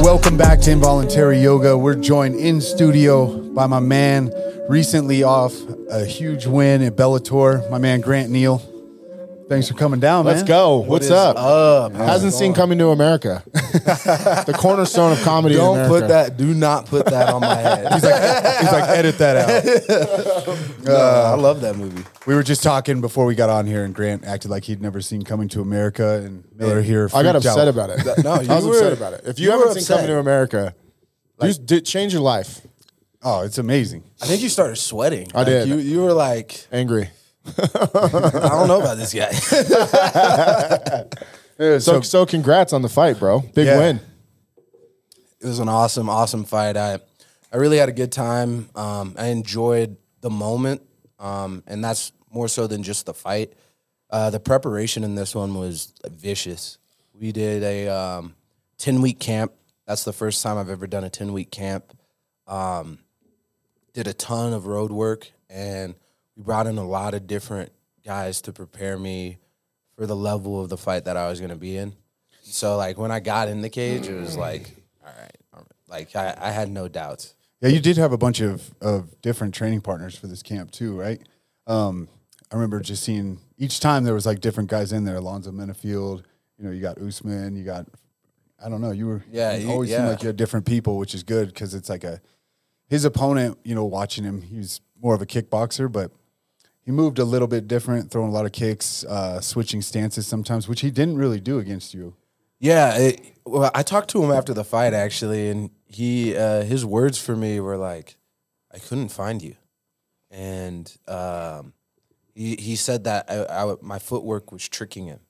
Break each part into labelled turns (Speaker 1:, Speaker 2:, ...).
Speaker 1: It's involuntary yoga. We're joined in studio by my man, recently off a huge win at Bellator. My man Grant Neal. Thanks for coming down,
Speaker 2: Let's
Speaker 1: man.
Speaker 2: go. What's
Speaker 1: is
Speaker 2: up?
Speaker 3: up.
Speaker 2: Hasn't seen Coming to America. the cornerstone of comedy. in
Speaker 3: Don't put
Speaker 2: America.
Speaker 3: that. Do not put that on my head. He's like,
Speaker 1: He's like, edit that out.
Speaker 3: "Oh, I love that movie.
Speaker 1: We were just talking before we got on here, and Grant acted like he'd never seen Coming to America, and Miller here.
Speaker 2: I got
Speaker 1: freaked out.
Speaker 2: upset about it.
Speaker 3: no, you
Speaker 2: I was
Speaker 3: were-
Speaker 2: upset about it. If you,
Speaker 3: you were
Speaker 2: haven't seen
Speaker 3: upset.
Speaker 2: Coming to America, you did change your life.
Speaker 1: Oh, it's amazing.
Speaker 3: I think you started sweating. I
Speaker 2: did.
Speaker 3: You, you were like,
Speaker 2: Angry.
Speaker 3: I don't know about this guy.
Speaker 2: So, so, congrats on the fight, bro. Big
Speaker 1: Yeah.
Speaker 2: win.
Speaker 3: it was an awesome, awesome fight. I, I really had a good time. Um, I enjoyed the moment, um, and that's more so than just the fight. Uh, the preparation in this one was vicious. We did a um, ten week camp. That's the first time I've ever done a ten week camp. Um, did a ton of road work, and we brought in a lot of different guys to prepare me for the level of the fight that I was going to be in. So like when I got in the cage, it was like, all right, all right. like I, I had no doubts.
Speaker 1: Yeah, you did have a bunch of, of different training partners for this camp too, right? Um, I remember just seeing each time there was like different guys in there. Alonzo Minifield, you know, you got Usman, you got I don't know, you were
Speaker 3: Yeah,
Speaker 1: you
Speaker 3: you-
Speaker 1: always
Speaker 3: yeah.
Speaker 1: seemed like you had different people, which is good because it's like a his opponent. You know, watching him, he's more of a kickboxer, but he moved a little bit different, throwing a lot of kicks, uh, switching stances sometimes, which he didn't really do against you.
Speaker 3: Yeah, it, well, I talked to him after the fight actually, and he uh, his words for me were like, "I couldn't find you," and um, he he said that I, I w- my footwork was tricking him,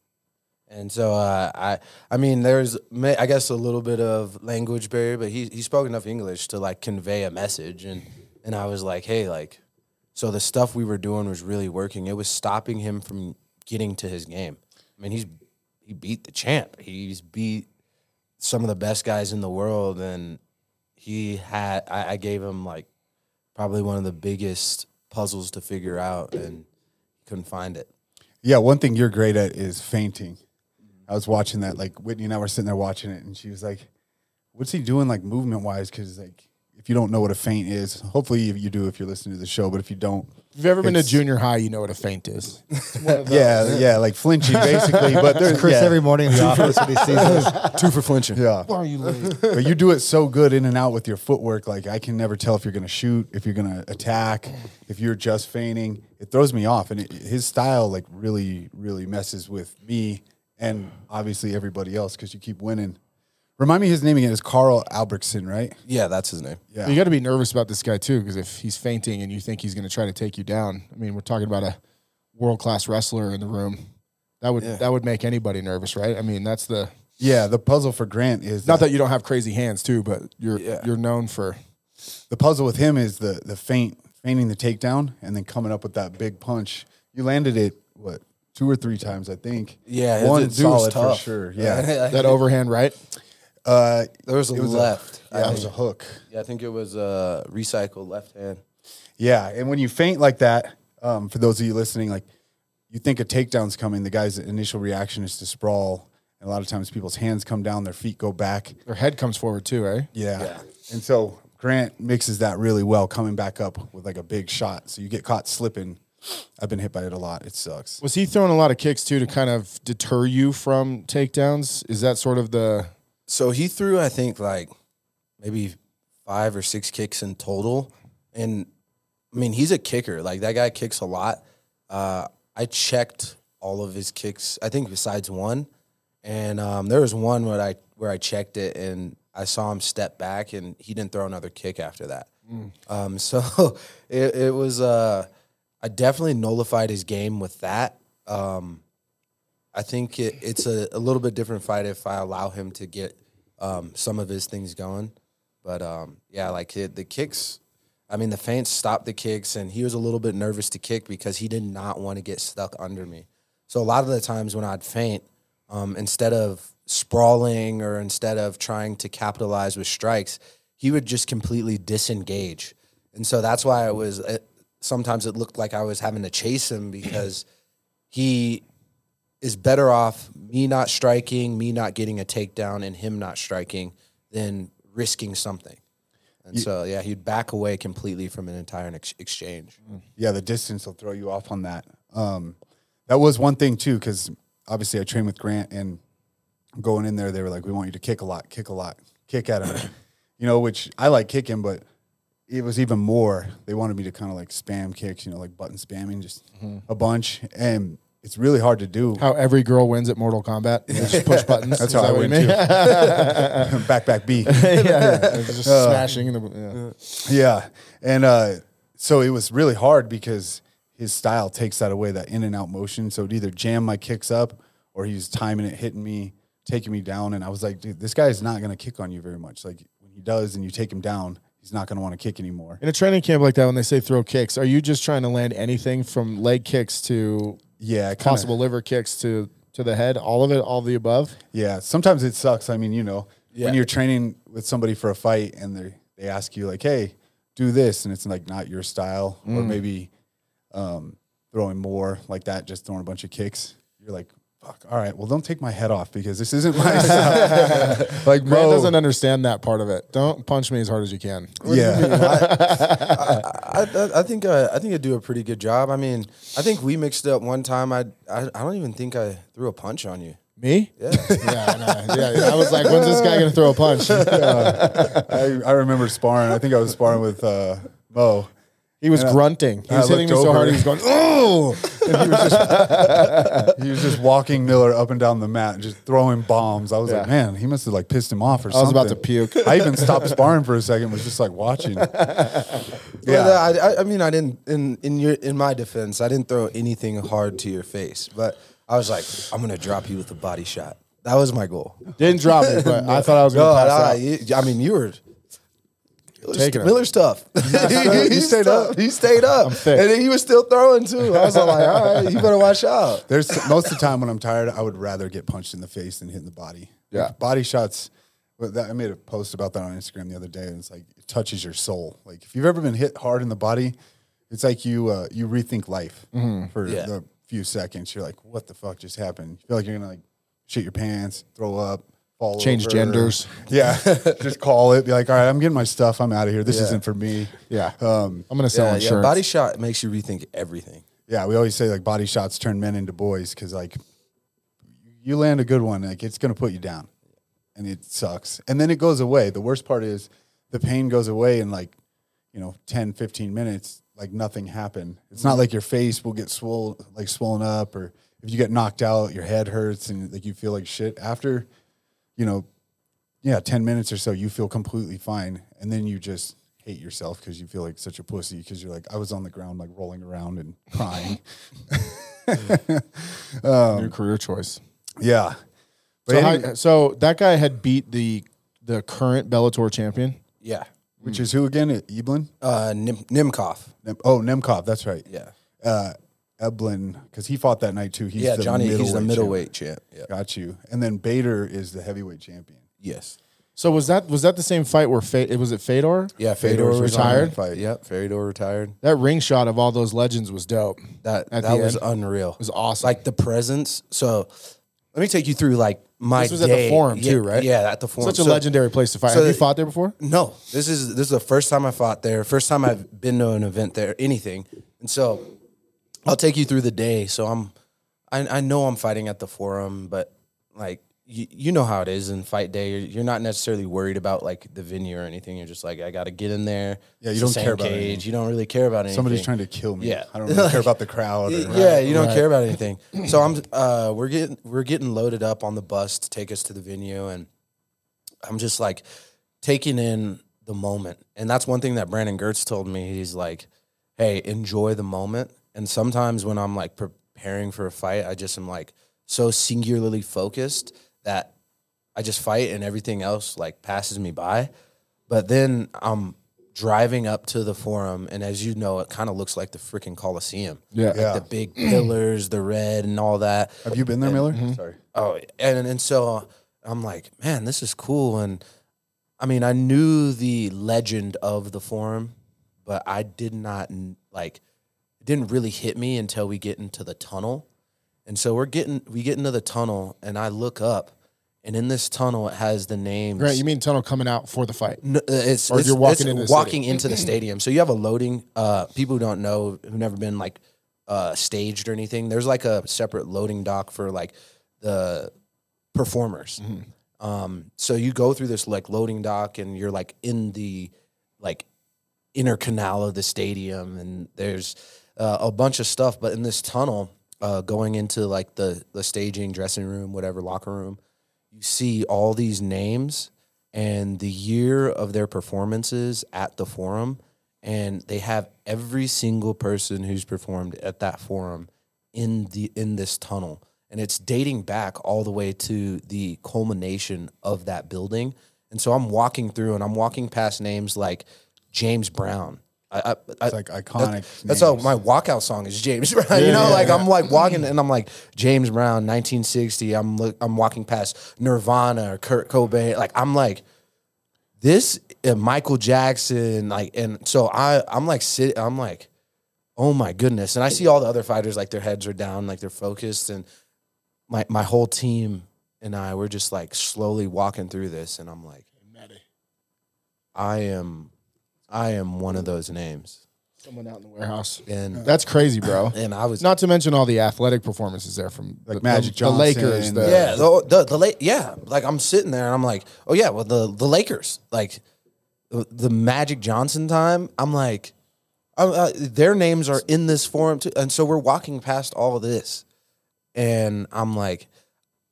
Speaker 3: and so uh, I I mean there's ma- I guess a little bit of language barrier, but he he spoke enough English to like convey a message, and and I was like, hey, like, so the stuff we were doing was really working. It was stopping him from getting to his game. I mean, he's he beat the champ. He's beat some of the best guys in the world, and he had. I, I gave him like probably one of the biggest puzzles to figure out, and couldn't find it.
Speaker 1: Yeah, one thing you're great at is fainting. I was watching that, like Whitney and I were sitting there watching it, and she was like, "What's he doing, like movement wise?" Because like, if you don't know what a faint is, hopefully if you do if you're listening to the show, but if you don't,
Speaker 2: If you've ever been to junior high, you know what a feint is.
Speaker 1: yeah, yeah, like flinching basically. But there's
Speaker 4: Chris
Speaker 1: yeah,
Speaker 4: every morning in the office when he sees us.
Speaker 3: Two for flinching.
Speaker 1: yeah.
Speaker 2: Why are you late?
Speaker 1: but you do it so good in and out with your footwork. Like I can never tell if you're going to shoot, if you're going to attack, if you're just feigning. It throws me off, and it, his style like really, really messes with me and obviously everybody else because you keep winning. Remind me his name again is Carl Albrechtson, right?
Speaker 3: Yeah, that's his name.
Speaker 1: Yeah.
Speaker 2: You got to be nervous about this guy too, because if he's fainting and you think he's going to try to take you down, I mean, we're talking about a world class wrestler in the room. That would that would make anybody nervous, right? I mean, that's the
Speaker 1: Yeah, the puzzle for Grant is
Speaker 2: not that you don't have crazy hands too, but you're
Speaker 3: Yeah.
Speaker 2: you're known for
Speaker 1: the puzzle with him is the the feint, feigning the takedown, and then coming up with that big punch. You landed it what two or three times, I think.
Speaker 3: Yeah, his-
Speaker 1: one
Speaker 3: his dude
Speaker 1: solid
Speaker 3: was
Speaker 1: for
Speaker 3: tough.
Speaker 1: sure. Yeah,
Speaker 2: that overhand, right?
Speaker 1: uh,
Speaker 3: There was a
Speaker 1: It was a-
Speaker 3: left. I
Speaker 1: that
Speaker 3: think-
Speaker 1: was a hook.
Speaker 3: yeah, I think it was a uh, recycled left hand.
Speaker 1: Yeah, and when you faint like that, um, for those of you listening, like you think a takedown's coming, the guy's initial reaction is to sprawl, and a lot of times people's hands come down, their feet go back.
Speaker 2: Their head comes forward too, eh?
Speaker 1: Yeah, and so Grant mixes that really well, coming back up with like a big shot. So you get caught slipping. I've been hit by it a lot. It sucks.
Speaker 2: Was he throwing a lot of kicks too to kind of deter you from takedowns? Is that sort of the
Speaker 3: So he threw, I think, like maybe five or six kicks in total. And I mean, he's a kicker. Like that guy kicks a lot. Uh, I checked all of his kicks. I think besides one, and um, there was one where I where I checked it and I saw him step back and he didn't throw another kick after that. Um, so it, it was. Uh, I definitely nullified his game with that. Um, I think it, it's a, a little bit different fight if I allow him to get um, some of his things going. But um, yeah, like it, the kicks, I mean, the feints stopped the kicks, and he was a little bit nervous to kick because he did not want to get stuck under me. So a lot of the times when I'd faint, um, instead of sprawling or instead of trying to capitalize with strikes, he would just completely disengage. And so that's why it was, it, sometimes it looked like I was having to chase him because he is better off me not striking, me not getting a takedown, and him not striking than risking something. And so, yeah, he'd back away completely from an entire ex- exchange.
Speaker 1: yeah, the distance will throw you off on that. Um, that was one thing too, because obviously I trained with Grant, and going in there, they were like, "We want you to kick a lot, kick a lot, kick at him," you know, which I like kicking, but it was even more. They wanted me to kind of like spam kicks, you know, like button spamming just a bunch, and it's really hard to do.
Speaker 2: How every girl wins at Mortal Kombat? They just push buttons. That's
Speaker 1: how I win, too.
Speaker 2: yeah,
Speaker 1: back, back, B.
Speaker 2: yeah. It's just smashing. The, yeah.
Speaker 1: Uh, Yeah, and uh, so it was really hard because his style takes that away, that in and out motion. So it either jam my kicks up, or he's timing it, hitting me, taking me down. And I was like, dude, this guy is not going to kick on you very much. Like when he does, and you take him down, he's not going to want to kick anymore.
Speaker 2: In a training camp like that, when they say throw kicks, are you just trying to land anything from leg kicks to
Speaker 1: Yeah, kinda-
Speaker 2: possible liver kicks to to the head? All of it, all of the above.
Speaker 1: Yeah, sometimes it sucks. I mean, you know,
Speaker 3: Yeah.
Speaker 1: when you're training with somebody for a fight and they they ask you like, "Hey, do this," and it's like not your style, or maybe um, throwing more like that, just throwing a bunch of kicks. You're like, "Fuck, all right, well, don't take my head off because this isn't my style." like,
Speaker 2: Grant
Speaker 1: bro,
Speaker 2: doesn't understand that part of it. Don't punch me as hard as you can.
Speaker 1: yeah,
Speaker 3: I, I, I think uh, I think I do a pretty good job. I mean, I think we mixed up one time. I, I I don't even think I threw a punch on you.
Speaker 2: Me?
Speaker 3: Yeah.
Speaker 2: Yeah, I know. yeah. I was like, when's this guy gonna throw a punch?
Speaker 1: I, I remember sparring. I think I was sparring with uh, Mo.
Speaker 2: He was grunting. He
Speaker 1: I
Speaker 2: was hitting me
Speaker 1: looked
Speaker 2: so
Speaker 1: over.
Speaker 2: hard he was going, oh!
Speaker 1: He was just walking Miller up and down the mat, and just throwing bombs. I was like,
Speaker 2: Yeah.
Speaker 1: man, he must have like pissed him off or
Speaker 2: I was
Speaker 1: something.
Speaker 2: about to puke.
Speaker 1: I even stopped sparring for a second, was just like watching.
Speaker 3: Yeah,
Speaker 1: Yeah.
Speaker 3: uh, I, I, I mean, I didn't in in your in my defense, I didn't throw anything hard to your face, but I was like, I'm gonna drop you with a body shot. That was my goal.
Speaker 2: Didn't drop me, but I thought I was
Speaker 3: No,
Speaker 2: gonna pass
Speaker 3: nah,
Speaker 2: out.
Speaker 3: you- I mean, you were Miller's,
Speaker 2: Taking 'em.
Speaker 3: Miller's tough.
Speaker 1: He stayed
Speaker 3: tough. He stayed up,
Speaker 2: thick.
Speaker 3: and then he was still throwing too. I was like, all right, you better watch out.
Speaker 1: There's most of the time when I'm tired, I would rather get punched in the face than hit in the body.
Speaker 2: Yeah.
Speaker 1: Like, body shots. But that, I made a post about that on Instagram the other day, and it's like it touches your soul. Like if you've ever been hit hard in the body, it's like you uh, you rethink life
Speaker 2: Mm-hmm.
Speaker 1: for
Speaker 3: Yeah.
Speaker 1: the few seconds. You're like, what the fuck just happened? You feel like you're gonna like shit your pants, throw up, fall,
Speaker 2: Change
Speaker 1: over.
Speaker 2: genders.
Speaker 1: Yeah, just call it. Be like, all right, I'm getting my stuff. I'm out of here. This
Speaker 3: Yeah.
Speaker 1: isn't for me.
Speaker 2: Yeah.
Speaker 1: Um,
Speaker 2: I'm gonna sell
Speaker 3: Yeah, yeah,
Speaker 2: insurance.
Speaker 3: body shot makes you rethink everything.
Speaker 1: Yeah, we always say like body shots turn men into boys because like you land a good one, like it's gonna put you down, and it sucks. And then it goes away. The worst part is the pain goes away in like you know 10, 15 minutes. Like nothing happened. It's not like your face will get swollen, like swollen up, or if you get knocked out, your head hurts and like you feel like shit after, you know, yeah, ten minutes or so, you feel completely fine, and then you just hate yourself because you feel like such a pussy because you're like, I was on the ground like rolling around and crying.
Speaker 2: New career choice.
Speaker 1: Yeah. But
Speaker 2: So,
Speaker 1: any-
Speaker 2: how- so that guy had beat the the current Bellator champion.
Speaker 3: Yeah, Hmm.
Speaker 1: which is who again? Eblin?
Speaker 3: uh, Nim- Nimkov.
Speaker 1: Nem- oh, Nemkov. That's right.
Speaker 3: Yeah,
Speaker 1: Uh, Eblin, because he fought that night too. He's
Speaker 3: yeah,
Speaker 1: the
Speaker 3: Johnny. He's the
Speaker 1: champ.
Speaker 3: middleweight champ. Yeah.
Speaker 1: Got you. And then Bader is the heavyweight champion.
Speaker 3: Yes.
Speaker 2: So was that was that the same fight where Fa- it was it Fedor?
Speaker 3: Yeah,
Speaker 1: Fedor
Speaker 3: Fedor
Speaker 1: was
Speaker 3: retired.
Speaker 1: retired. Fight.
Speaker 3: Yep, Fedor retired.
Speaker 2: That ring shot of all those legends was dope.
Speaker 3: That
Speaker 2: At
Speaker 3: that
Speaker 2: the
Speaker 3: was
Speaker 2: end.
Speaker 3: unreal. It
Speaker 2: was awesome.
Speaker 3: Like the presence. So let me take you through like my
Speaker 2: This was at the
Speaker 3: day.
Speaker 2: Forum,
Speaker 3: Yeah,
Speaker 2: too, right?
Speaker 3: Yeah, at the forum.
Speaker 2: Such a
Speaker 3: So-
Speaker 2: legendary place to fight.
Speaker 3: so
Speaker 2: Have you
Speaker 3: the-
Speaker 2: fought there before?
Speaker 3: No, this is this is the first time I fought there. First time I've been to an event there, anything. And so I'll take you through the day. So I'm, I, I know I'm fighting at the forum, but like you, you know how it is in fight day. You're, you're not necessarily worried about like the venue or anything. You're just like, I got to get in there.
Speaker 1: Yeah, you
Speaker 3: It's
Speaker 1: don't
Speaker 3: the same
Speaker 1: care about
Speaker 3: cage.
Speaker 1: anything.
Speaker 3: You don't really care about anything.
Speaker 1: Somebody's trying to kill me.
Speaker 3: Yeah.
Speaker 1: I don't really care about the crowd. Or,
Speaker 3: Yeah, you don't care about anything. So I'm uh we're getting we're getting loaded up on the bus to take us to the venue and I'm just like taking in the moment. And that's one thing that Brandon Gertz told me. He's like, "Hey, enjoy the moment." And sometimes when I'm like preparing for a fight, I just am like so singularly focused that I just fight and everything else like passes me by. But then I'm driving up to the forum and as you know, it kind of looks like the freaking Coliseum.
Speaker 2: Yeah.
Speaker 1: Yeah.
Speaker 3: The big pillars, the red and all that.
Speaker 1: Have you been there, Miller?
Speaker 2: Mm-hmm.
Speaker 1: Sorry.
Speaker 3: Oh, and and so I'm like, man, this is cool. And I mean, I knew the legend of the forum, but I did not n- like. It didn't really hit me until we get into the tunnel, and so we're getting we get into the tunnel, and I look up, and in this tunnel it has the names.
Speaker 2: Right, you mean tunnel coming out for the fight?
Speaker 3: No, uh, it's,
Speaker 2: Or
Speaker 3: it's-
Speaker 2: you're walking
Speaker 3: it's
Speaker 2: into the
Speaker 3: walking
Speaker 2: stadium.
Speaker 3: into the stadium. So you have a loading. Uh, people who don't know who've never been like uh, staged or anything. There's like a separate loading dock for like the performers.
Speaker 2: Mm-hmm.
Speaker 3: Um, so you go through this like loading dock and you're like in the like inner canal of the stadium and there's uh, a bunch of stuff. But in this tunnel, uh, going into like the the staging, dressing room, whatever locker room, you see all these names and the year of their performances at the forum and they have every single person who's performed at that forum in the in this tunnel and it's dating back all the way to the culmination of that building and so i'm walking through and i'm walking past names like james brown I, I, I,
Speaker 1: It's like iconic.
Speaker 3: that's how
Speaker 1: names.
Speaker 3: my walkout song is James Brown. you know, like I'm like walking and I'm like James Brown, 1960. I'm look, I'm walking past Nirvana or Kurt Cobain. Like I'm like this uh, Michael Jackson. Like and so I I'm like sit I'm like oh my goodness. And I see all the other fighters like their heads are down, like they're focused, and my my whole team and I were just like slowly walking through this, and I'm like I am I am one of those names.
Speaker 2: Someone out in the warehouse.
Speaker 3: And
Speaker 2: That's crazy, bro.
Speaker 3: and I was uh,
Speaker 2: Not to mention all the athletic performances there from
Speaker 1: Like
Speaker 2: the,
Speaker 1: Magic
Speaker 2: the, the Lakers.
Speaker 1: Johnson,
Speaker 2: The,
Speaker 1: the-
Speaker 3: Yeah, the the, the late yeah, like I'm sitting there and I'm like, oh yeah, well the the Lakers, like the, the Magic Johnson time. I'm like, I'm, uh, their names are in this forum too, and so we're walking past all of this, and I'm like,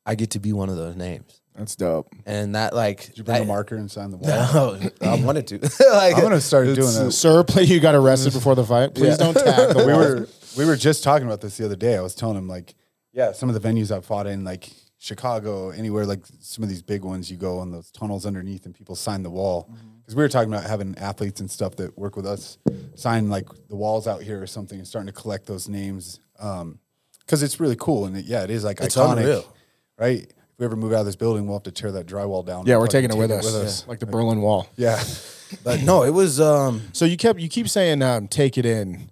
Speaker 3: I get to be one of those names,
Speaker 2: That's dope.
Speaker 3: and that like
Speaker 1: Did you bring
Speaker 3: that-
Speaker 1: a marker and sign the wall?
Speaker 3: No, I wanted to. like,
Speaker 1: I'm gonna start doing
Speaker 3: it's-
Speaker 1: that.
Speaker 2: Sir, please, you got arrested before the fight. Please don't tag. The
Speaker 1: we
Speaker 2: wall.
Speaker 1: were we were just talking about this the other day. I was telling him like, yeah, some of the venues I've fought in, like Chicago, anywhere like some of these big ones, you go in those tunnels underneath and people sign the wall.
Speaker 2: Mm-hmm.
Speaker 1: Because we were talking about having athletes and stuff that work with us sign like the walls out here or something, and starting to collect those names. Because it's really cool, and it, yeah, it is like
Speaker 3: It's
Speaker 1: iconic,
Speaker 3: unreal.
Speaker 1: right? If we ever move out of this building, we'll have to tear that drywall down.
Speaker 2: yeah,
Speaker 1: and
Speaker 2: we're
Speaker 1: fucking
Speaker 2: taking it with
Speaker 1: take
Speaker 2: us, like the Berlin Wall.
Speaker 1: Yeah,
Speaker 3: but no, it was um,
Speaker 2: So you kept you keep saying um, take it in.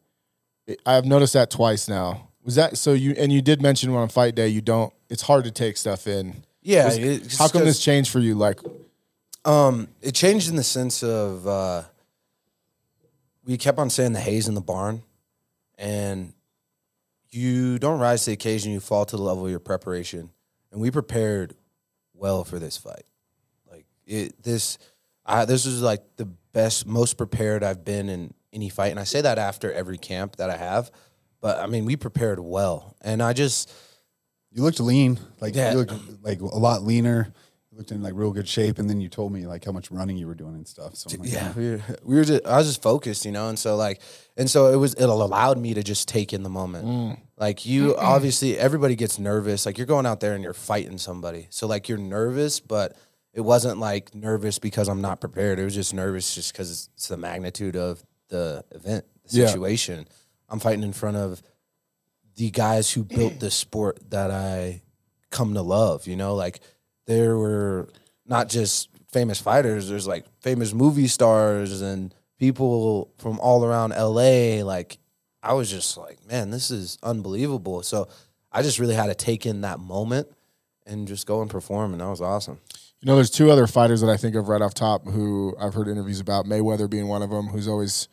Speaker 2: I- I've noticed that twice now. Was that so? You and you did mention on fight day you don't. It's hard to take stuff in.
Speaker 3: yeah.
Speaker 2: Was-
Speaker 3: it's
Speaker 2: how come
Speaker 3: just-
Speaker 2: this changed for you? Like
Speaker 3: Um, it changed in the sense of uh, we kept on saying the haze in the barn, and you don't rise to the occasion; you fall to the level of your preparation. And we prepared well for this fight. Like it, this, I, this was like the best, most prepared I've been in any fight. And I say that after every camp that I have, but I mean we prepared well, and I just
Speaker 1: you looked lean, like
Speaker 3: Yeah.
Speaker 1: you looked like a lot leaner. You looked in like real good shape, and then you told me like how much running you were doing and stuff. So I'm like,
Speaker 3: yeah, we were, we were just, I was just focused, you know, and so like, and so it was, it allowed me to just take in the moment. Like you, obviously, everybody gets nervous. Like you're going out there and you're fighting somebody, so like you're nervous, but it wasn't like nervous because I'm not prepared. It was just nervous just because it's, it's the magnitude of the event, the
Speaker 2: Yeah.
Speaker 3: situation. I'm fighting in front of the guys who built this sport that I come to love. You know, like there were not just famous fighters. There's like famous movie stars and people from all around LA. Like I was just like, man, this is unbelievable. So I just really had to take in that moment and just go and perform, and that was awesome.
Speaker 2: You know, there's two other fighters that I think of right off top who I've heard interviews about. Mayweather being one of them, who's always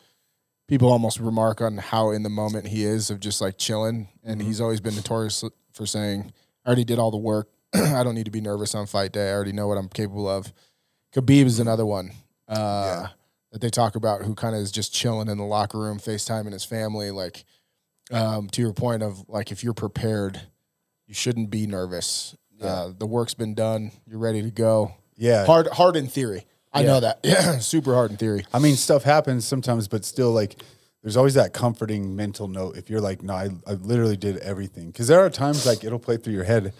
Speaker 2: people almost remark on how in the moment he is of just like chilling, and he's always been notorious for saying, "I already did all the work. I don't need to be nervous on fight day. I already know what I'm capable of." Khabib is another one uh, that they talk about who kind of is just chilling in the locker room, FaceTiming his family. Like um, to your point of like if you're prepared, you shouldn't be nervous. Uh, the work's been done. You're ready to go.
Speaker 1: Yeah.
Speaker 2: hard, hard in theory. I know that. Yeah, super hard in theory.
Speaker 1: I mean, stuff happens sometimes, but still, like, there's always that comforting mental note if you're like, no, I, I literally did everything. Because there are times like it'll play through your head.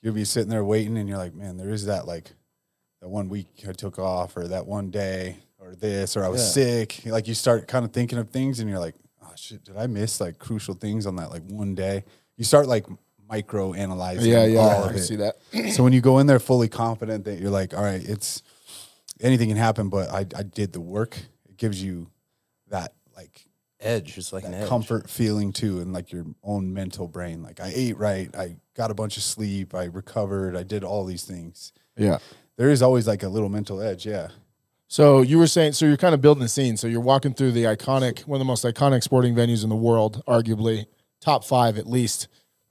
Speaker 1: You'll be sitting there waiting, and you're like, man, there is that like that one week I took off, or that one day, or this, or I was sick. Like you start kind of thinking of things, and you're like, oh shit, did I miss like crucial things on that like one day? You start like micro analyzing.
Speaker 2: Yeah, yeah.
Speaker 1: all
Speaker 2: I
Speaker 1: of
Speaker 2: can
Speaker 1: it.
Speaker 2: see that.
Speaker 1: So when you go in there fully confident that you're like, all right, it's anything can happen, but I, I did the work. It gives you that like
Speaker 3: Edge, it's like an edge.
Speaker 1: comfort feeling too, and like your own mental brain. Like I ate right, I got a bunch of sleep, I recovered, I did all these things.
Speaker 2: Yeah.
Speaker 1: There is always like a little mental edge. Yeah.
Speaker 2: So you were saying, so you're kind of building the scene. So you're walking through the iconic, one of the most iconic sporting venues in the world, arguably top five at least.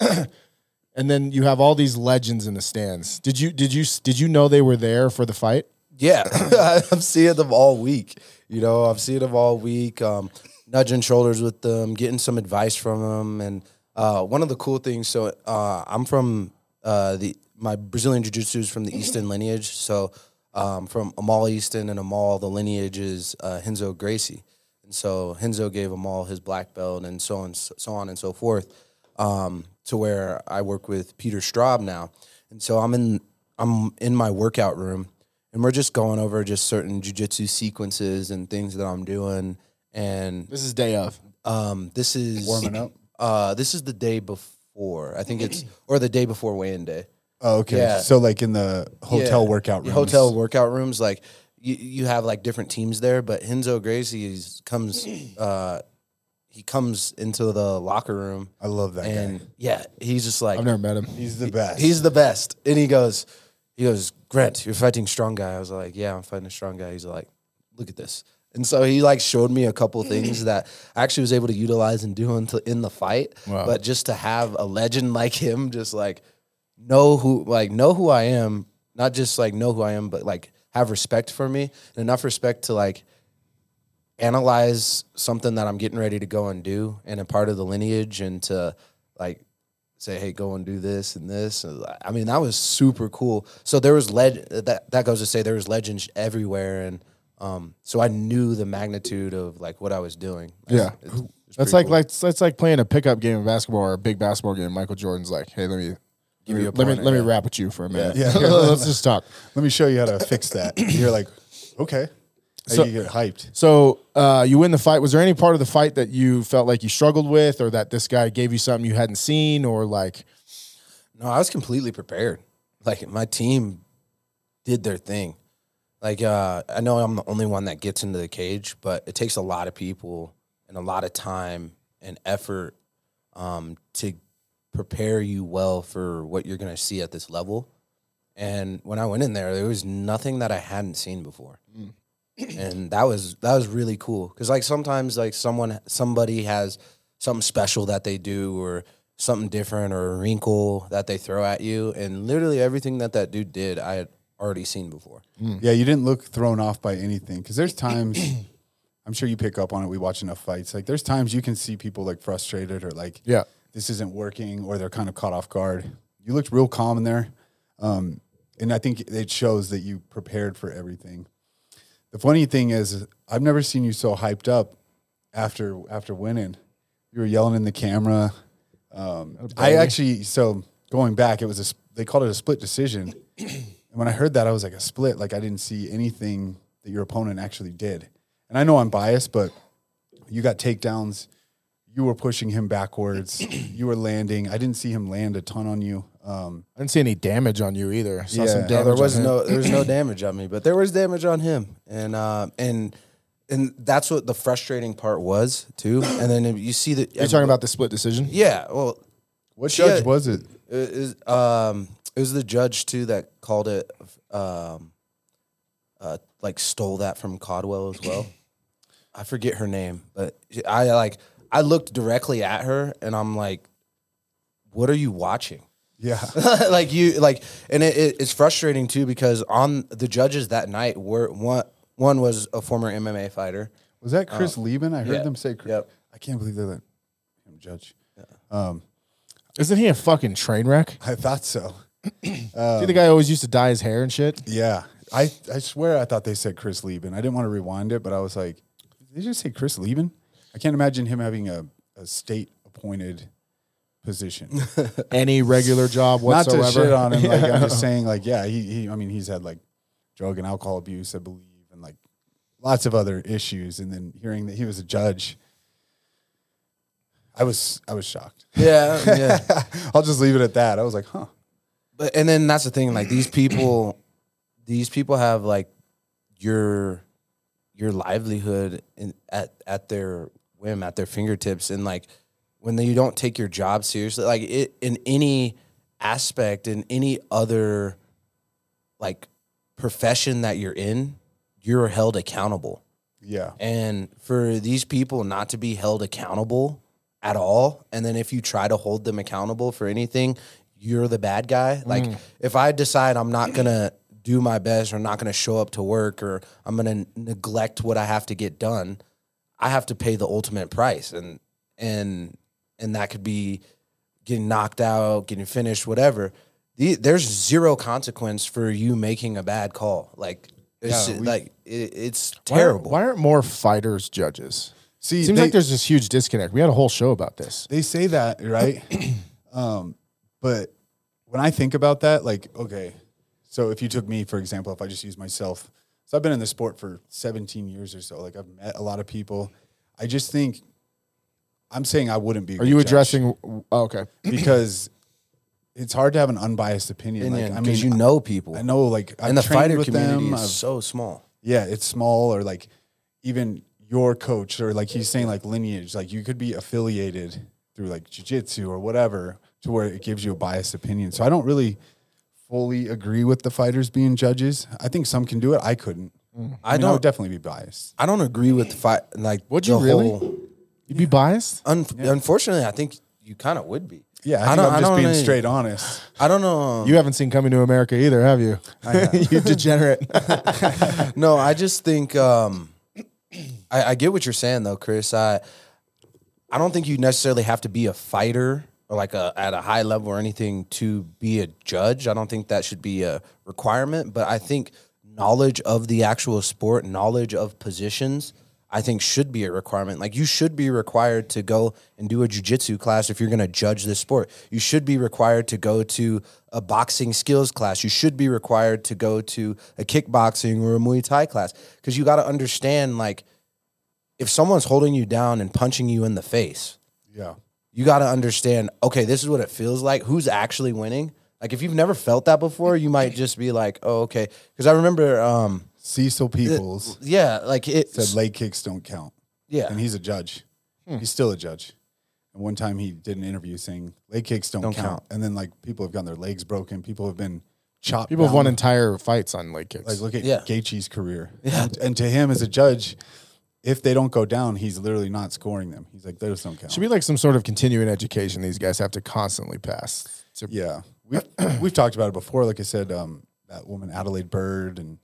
Speaker 2: and then you have all these legends in the stands. Did you did you did you know they were there for the fight?
Speaker 3: Yeah, I'm seeing them all week. You know, I'm seeing them all week, um, nudging shoulders with them, getting some advice from them. And uh, one of the cool things, so uh, I'm from uh, the my Brazilian Jiu Jitsu is from the Easton lineage. So um, from Amal Easton and Amal, the lineage is uh, Henzo Gracie. And so Henzo gave Amal his black belt and so on, so on and so forth um, to where I work with Peter Straub now. And so I'm in, I'm in my workout room and we're just going over just certain jujitsu sequences and things that I'm doing. And
Speaker 2: This is day of.
Speaker 3: um, this is
Speaker 1: Warming up?
Speaker 3: Uh, this is the day before. I think it's or the day before weigh-in day.
Speaker 1: Oh, okay.
Speaker 3: Yeah.
Speaker 1: So like in the hotel
Speaker 3: Yeah.
Speaker 1: workout room.
Speaker 3: Hotel workout rooms, like you, you have like different teams there, but Henzo Gracie is, comes uh he comes into the locker room
Speaker 1: I love that guy.
Speaker 3: and yeah, he's just like
Speaker 2: I've never met him.
Speaker 1: He's the best.
Speaker 3: he's the best. And he goes, he goes, Grant, you're fighting strong guy. I was like, yeah, I'm fighting a strong guy. He's like, look at this. And so he like showed me a couple things that I actually was able to utilize and do until in the fight.
Speaker 2: Wow.
Speaker 3: But just to have a legend like him, just like know who, like know who I am, not just like know who I am, but like have respect for me and enough respect to like analyze something that I'm getting ready to go and do and a part of the lineage and to like say, hey, go and do this and this. And, like, I mean, that was super cool. So there was leg that that goes to say there was legends everywhere, and um, so I knew the magnitude of like what I was doing.
Speaker 2: Yeah.
Speaker 3: It's- it's
Speaker 2: That's
Speaker 3: pretty
Speaker 2: like, like that's like playing a pickup game of basketball or a big basketball game. Michael Jordan's like, hey, let me
Speaker 3: Give you a
Speaker 2: let me
Speaker 3: pointer,
Speaker 2: let me
Speaker 3: yeah.
Speaker 2: rap with you for a minute.
Speaker 1: Yeah. Yeah.
Speaker 2: Let's just talk.
Speaker 1: Let me show you how to fix that. And you're like, okay. So,
Speaker 2: So-
Speaker 1: you get hyped.
Speaker 2: So uh, you win the fight. Was there any part of the fight that you felt like you struggled with, or that this guy gave you something you hadn't seen, or like
Speaker 3: No, I was completely prepared. Like my team did their thing. Like uh, I know I'm the only one that gets into the cage, but it takes a lot of people and a lot of time and effort um, to prepare you well for what you're going to see at this level. And when I went in there, there was nothing that I hadn't seen before, and that was that was really cool. Because like sometimes like someone somebody has something special that they do or something different or a wrinkle that they throw at you, and literally everything that that dude did, I had already seen before.
Speaker 1: Yeah, you didn't look thrown off by anything because there's times I'm sure you pick up on it. We watch enough fights. Like there's times you can see people like frustrated or like
Speaker 2: Yeah.
Speaker 1: this isn't working or they're kind of caught off guard. You looked real calm in there, um, and I think it shows that you prepared for everything. The funny thing is, I've never seen you so hyped up after after winning. You were yelling in the camera. Um, I actually so going back, it was a s- they called it a split decision. And when I heard that, I was like, a split. Like, I didn't see anything that your opponent actually did. And I know I'm biased, but you got takedowns. You were pushing him backwards. you were landing. I didn't see him land a ton on you. Um,
Speaker 2: I didn't see any damage on you either? I saw
Speaker 1: Yeah.
Speaker 2: some
Speaker 1: No,
Speaker 2: damage
Speaker 1: there
Speaker 3: No, there
Speaker 2: on
Speaker 3: was
Speaker 2: him.
Speaker 3: no there was no damage on me, but there was damage on him, and uh, and and that's what the frustrating part was too. And then you see that
Speaker 2: You're talking about the split decision.
Speaker 3: yeah, well,
Speaker 1: what
Speaker 3: She-
Speaker 1: judge was it?
Speaker 3: it is um it was the judge too that called it um uh like stole that from Codwell as well. I forget her name, but I like I looked directly at her and I'm like, what are you watching?
Speaker 1: Yeah.
Speaker 3: like you like and it, it, it's frustrating too because on the judges that night were one one was a former MMA fighter.
Speaker 1: Was that Chris Lieben? I heard
Speaker 3: Oh. yeah.
Speaker 1: them say, Chris.
Speaker 3: Yep.
Speaker 1: I can't believe they're like, him judge.
Speaker 2: Isn't he a fucking train wreck?
Speaker 1: I thought so.
Speaker 3: Uh,
Speaker 2: see the guy always used to dye his hair and shit.
Speaker 1: Yeah. I, I swear I thought they said Chris Lieben. I didn't want to rewind it, but I was like, did they just say Chris Lieben? I can't imagine him having a, a state appointed position.
Speaker 2: Any regular job whatsoever.
Speaker 1: Not to shit on him. Like, I'm just saying, like, yeah, he, he, I mean, he's had like drug and alcohol abuse, I believe, and like lots of other issues. And then hearing that he was a judge, I was, I was shocked.
Speaker 3: Yeah, yeah.
Speaker 1: I'll just leave it at that. I was like, huh.
Speaker 3: But and then that's the thing, like these people, these people have like your your livelihood in, at at their whim, at their fingertips, and like when you don't take your job seriously, like it, in any aspect, in any other like profession that you're in, you're held accountable.
Speaker 1: Yeah.
Speaker 3: And for these people not to be held accountable at all, and then if you try to hold them accountable for anything, you're the bad guy. Like
Speaker 2: Mm.
Speaker 3: if I decide I'm not gonna do my best or not gonna show up to work or I'm gonna neglect what I have to get done, I have to pay the ultimate price. And and and that could be getting knocked out, getting finished, whatever. The, there's zero consequence for you making a bad call. Like, it's, like it, it's
Speaker 2: Why aren't-
Speaker 3: terrible.
Speaker 2: Why aren't more fighters judges?
Speaker 1: See,
Speaker 2: Seems
Speaker 1: they,
Speaker 2: like there's this huge disconnect. We had a whole show about this.
Speaker 1: they say that, right? um, but when I think about that, like, okay, so if you took me, for example, if I just use myself, so I've been in the sport for 17 years or so. Like, I've met a lot of people. I just think I'm saying I wouldn't be. a
Speaker 2: Are
Speaker 1: good
Speaker 2: you
Speaker 1: judge
Speaker 2: addressing? Oh, okay.
Speaker 1: because it's hard to have an unbiased opinion.
Speaker 3: Because
Speaker 1: like, I mean,
Speaker 3: you know people,
Speaker 1: I know, like, I've
Speaker 3: and the
Speaker 1: trained
Speaker 3: fighter
Speaker 1: with
Speaker 3: community
Speaker 1: them.
Speaker 3: is
Speaker 1: I've-
Speaker 3: so small.
Speaker 1: yeah, it's small or like even your coach or like he's saying like lineage, like you could be affiliated through like jujitsu or whatever to where it gives you a biased opinion. So I don't really fully agree with the fighters being judges. I think some can do it. I couldn't. I,
Speaker 3: Mm. I
Speaker 1: mean, I would
Speaker 3: don't.
Speaker 1: definitely be biased.
Speaker 3: I don't agree with the fight. Like,
Speaker 2: Would you
Speaker 3: the
Speaker 2: really?
Speaker 3: whole-
Speaker 2: You'd be biased.
Speaker 3: un- Unfortunately, I think you kind of would be.
Speaker 1: Yeah, I, think
Speaker 3: don't.
Speaker 1: I'm just
Speaker 3: don't
Speaker 1: being
Speaker 3: know-
Speaker 1: straight honest.
Speaker 3: I don't know. um,
Speaker 2: You haven't seen Coming to America either, have you? you degenerate.
Speaker 3: no, I just think um, I, I get what you're saying though, Chris. I I don't think you necessarily have to be a fighter or like a at a high level or anything to be a judge. I don't think that should be a requirement, but I think knowledge of the actual sport, knowledge of positions, I think should be a requirement. Like you should be required to go and do a jujitsu class if you're going to judge this sport. You should be required to go to a boxing skills class. You should be required to go to a kickboxing or a Muay Thai class because you got to understand like if someone's holding you down and punching you in the face,
Speaker 1: Yeah.
Speaker 3: you got to understand, okay, this is what it feels like. Who's actually winning? Like, if you've never felt that before, you might just be like, oh, okay. Because I remember, um,
Speaker 1: Cecil Peoples
Speaker 3: yeah, like it.
Speaker 1: said leg kicks don't count.
Speaker 3: Yeah.
Speaker 1: And he's a judge.
Speaker 2: Hmm.
Speaker 1: He's still a judge. And one time he did an interview saying leg kicks don't, count.
Speaker 3: count.
Speaker 1: And then like people have gotten their legs broken. People have been chopped.
Speaker 2: People have
Speaker 1: down.
Speaker 2: won entire fights on leg kicks.
Speaker 1: Like look at
Speaker 3: Yeah.
Speaker 1: Gaethje's career. And, and to him as a judge, if they don't go down, he's literally not scoring them. He's like, those don't count.
Speaker 2: Should be like some sort of continuing education these guys have to constantly pass. To,
Speaker 1: yeah, we've we've talked about it before. Like I said, um, that woman Adelaide Bird, and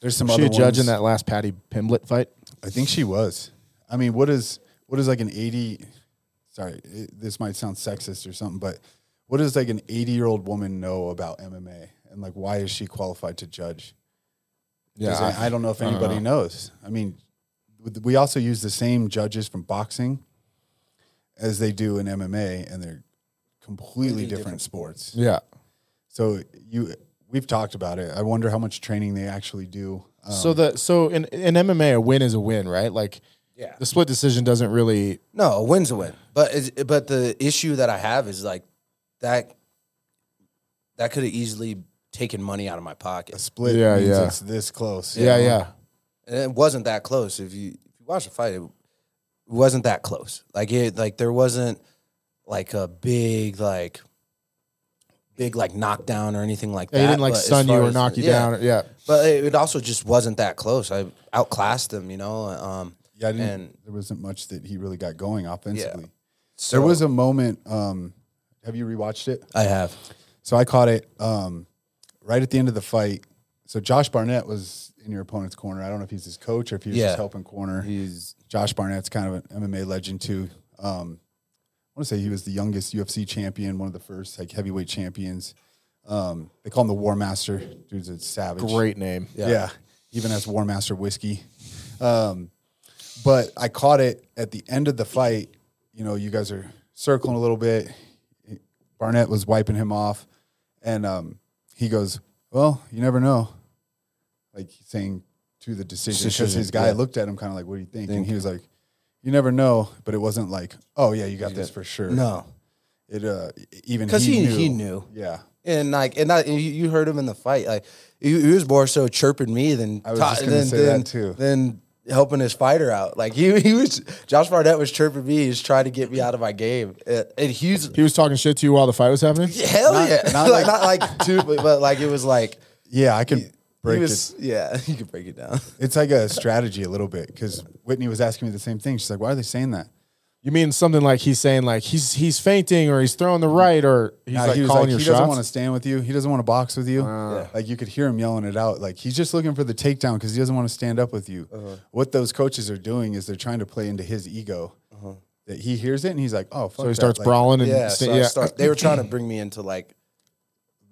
Speaker 1: there's some
Speaker 2: Was she
Speaker 1: other
Speaker 2: a judge
Speaker 1: ones.
Speaker 2: in that last Patty Pimblett fight?
Speaker 1: I think she was. I mean, what is what is like an eighty? Sorry, it, this might sound sexist or something, but what does like an eighty year old woman know about MMA and like why is she qualified to judge? Yeah, I, I don't know if anybody knows. I mean, with- we also use the same judges from boxing as they do in MMA, and they're completely different, sports.
Speaker 2: yeah.
Speaker 1: So you, we've talked about it. I wonder how much training they actually do. Um,
Speaker 2: so the so in in MMA, a win is a win, right? Like,
Speaker 3: Yeah.
Speaker 2: the split decision doesn't really.
Speaker 3: No, a win's a win. But is, but the issue that I have is like that. That could have easily taken money out of my
Speaker 1: a
Speaker 3: pocket,
Speaker 1: split
Speaker 2: Yeah,
Speaker 1: means
Speaker 2: yeah.
Speaker 1: it's this close.
Speaker 2: Yeah, yeah.
Speaker 3: and it wasn't that close. If you if you watch the fight, it wasn't that close. Like it, like there wasn't like a big like big like knockdown or anything like
Speaker 2: Yeah,
Speaker 3: that.
Speaker 2: he didn't like
Speaker 3: but as
Speaker 2: stun you
Speaker 3: far
Speaker 2: or
Speaker 3: as-
Speaker 2: knock you
Speaker 3: yeah.
Speaker 2: down. Yeah,
Speaker 3: But it, it also just wasn't that close. I outclassed them, you know. Um,
Speaker 1: Yeah, I didn't,
Speaker 3: And-
Speaker 1: there wasn't much that he really got going offensively.
Speaker 3: so
Speaker 1: There was a moment. Um, have you rewatched it?
Speaker 3: I have.
Speaker 1: So I caught it um, right at the end of the fight. So Josh Barnett was in your opponent's corner. I don't know if he's his coach or if he was
Speaker 3: Yeah.
Speaker 1: just helping corner.
Speaker 3: He's
Speaker 1: Josh Barnett's kind of an MMA legend too. Um, I want to say he was the youngest UFC champion, one of the first like heavyweight champions. Um, they call him the War Master. Dude's a savage.
Speaker 2: great name.
Speaker 1: Yeah. Even as War Master Whiskey. Um, but I caught it at the end of the fight. You know, you guys are circling a little bit. Barnett was wiping him off. And um, he goes, Well, you never know. Like saying to the decision. Because
Speaker 3: Decision,
Speaker 1: his guy
Speaker 3: yeah.
Speaker 1: looked at him kind of like, What do you think? And he was like, You never know. But it wasn't like, Oh, yeah, you got this for sure.
Speaker 3: no,
Speaker 1: It uh, even
Speaker 3: 'Cause
Speaker 1: he
Speaker 3: he-
Speaker 1: knew.
Speaker 3: he knew.
Speaker 1: Yeah.
Speaker 3: and like and, I, and you, you heard him in the fight. Like he, he was more so chirping me than
Speaker 1: was
Speaker 3: ta-
Speaker 1: just gonna
Speaker 3: than,
Speaker 1: say that
Speaker 3: than-
Speaker 1: too.
Speaker 3: than helping his fighter out. Like he he was Josh Barnett was chirping me. He was trying to get me out of my game, and, and he's
Speaker 2: He was talking shit to you while the fight was happening.
Speaker 3: hell yeah,
Speaker 1: not like-
Speaker 3: like, not like two, but, but like it was like.
Speaker 1: yeah, I can break
Speaker 3: He was-
Speaker 1: it.
Speaker 3: Yeah, you can break it down.
Speaker 1: It's like a strategy a little bit because Whitney was asking me the same thing. She's like, "Why are they saying that?"
Speaker 2: You mean something like he's saying like he's he's fainting or he's throwing the right or he's
Speaker 1: Nah,
Speaker 2: like
Speaker 1: he was
Speaker 2: calling
Speaker 1: like,
Speaker 2: your
Speaker 1: he doesn't
Speaker 2: shots. Uh-huh.
Speaker 1: want to stand with you. He doesn't want to box with you. Like you could hear him yelling it out. Like he's just looking for the takedown because he doesn't want to stand up with you.
Speaker 2: Uh-huh.
Speaker 1: What those coaches are doing is they're trying to play into his ego. That he hears it and he's like, oh, fuck
Speaker 2: Uh-huh. so he
Speaker 1: that,"
Speaker 2: starts
Speaker 1: like,
Speaker 2: brawling and
Speaker 3: Yeah,
Speaker 2: sta-
Speaker 3: so I
Speaker 2: yeah.
Speaker 3: start- they were trying to bring me into like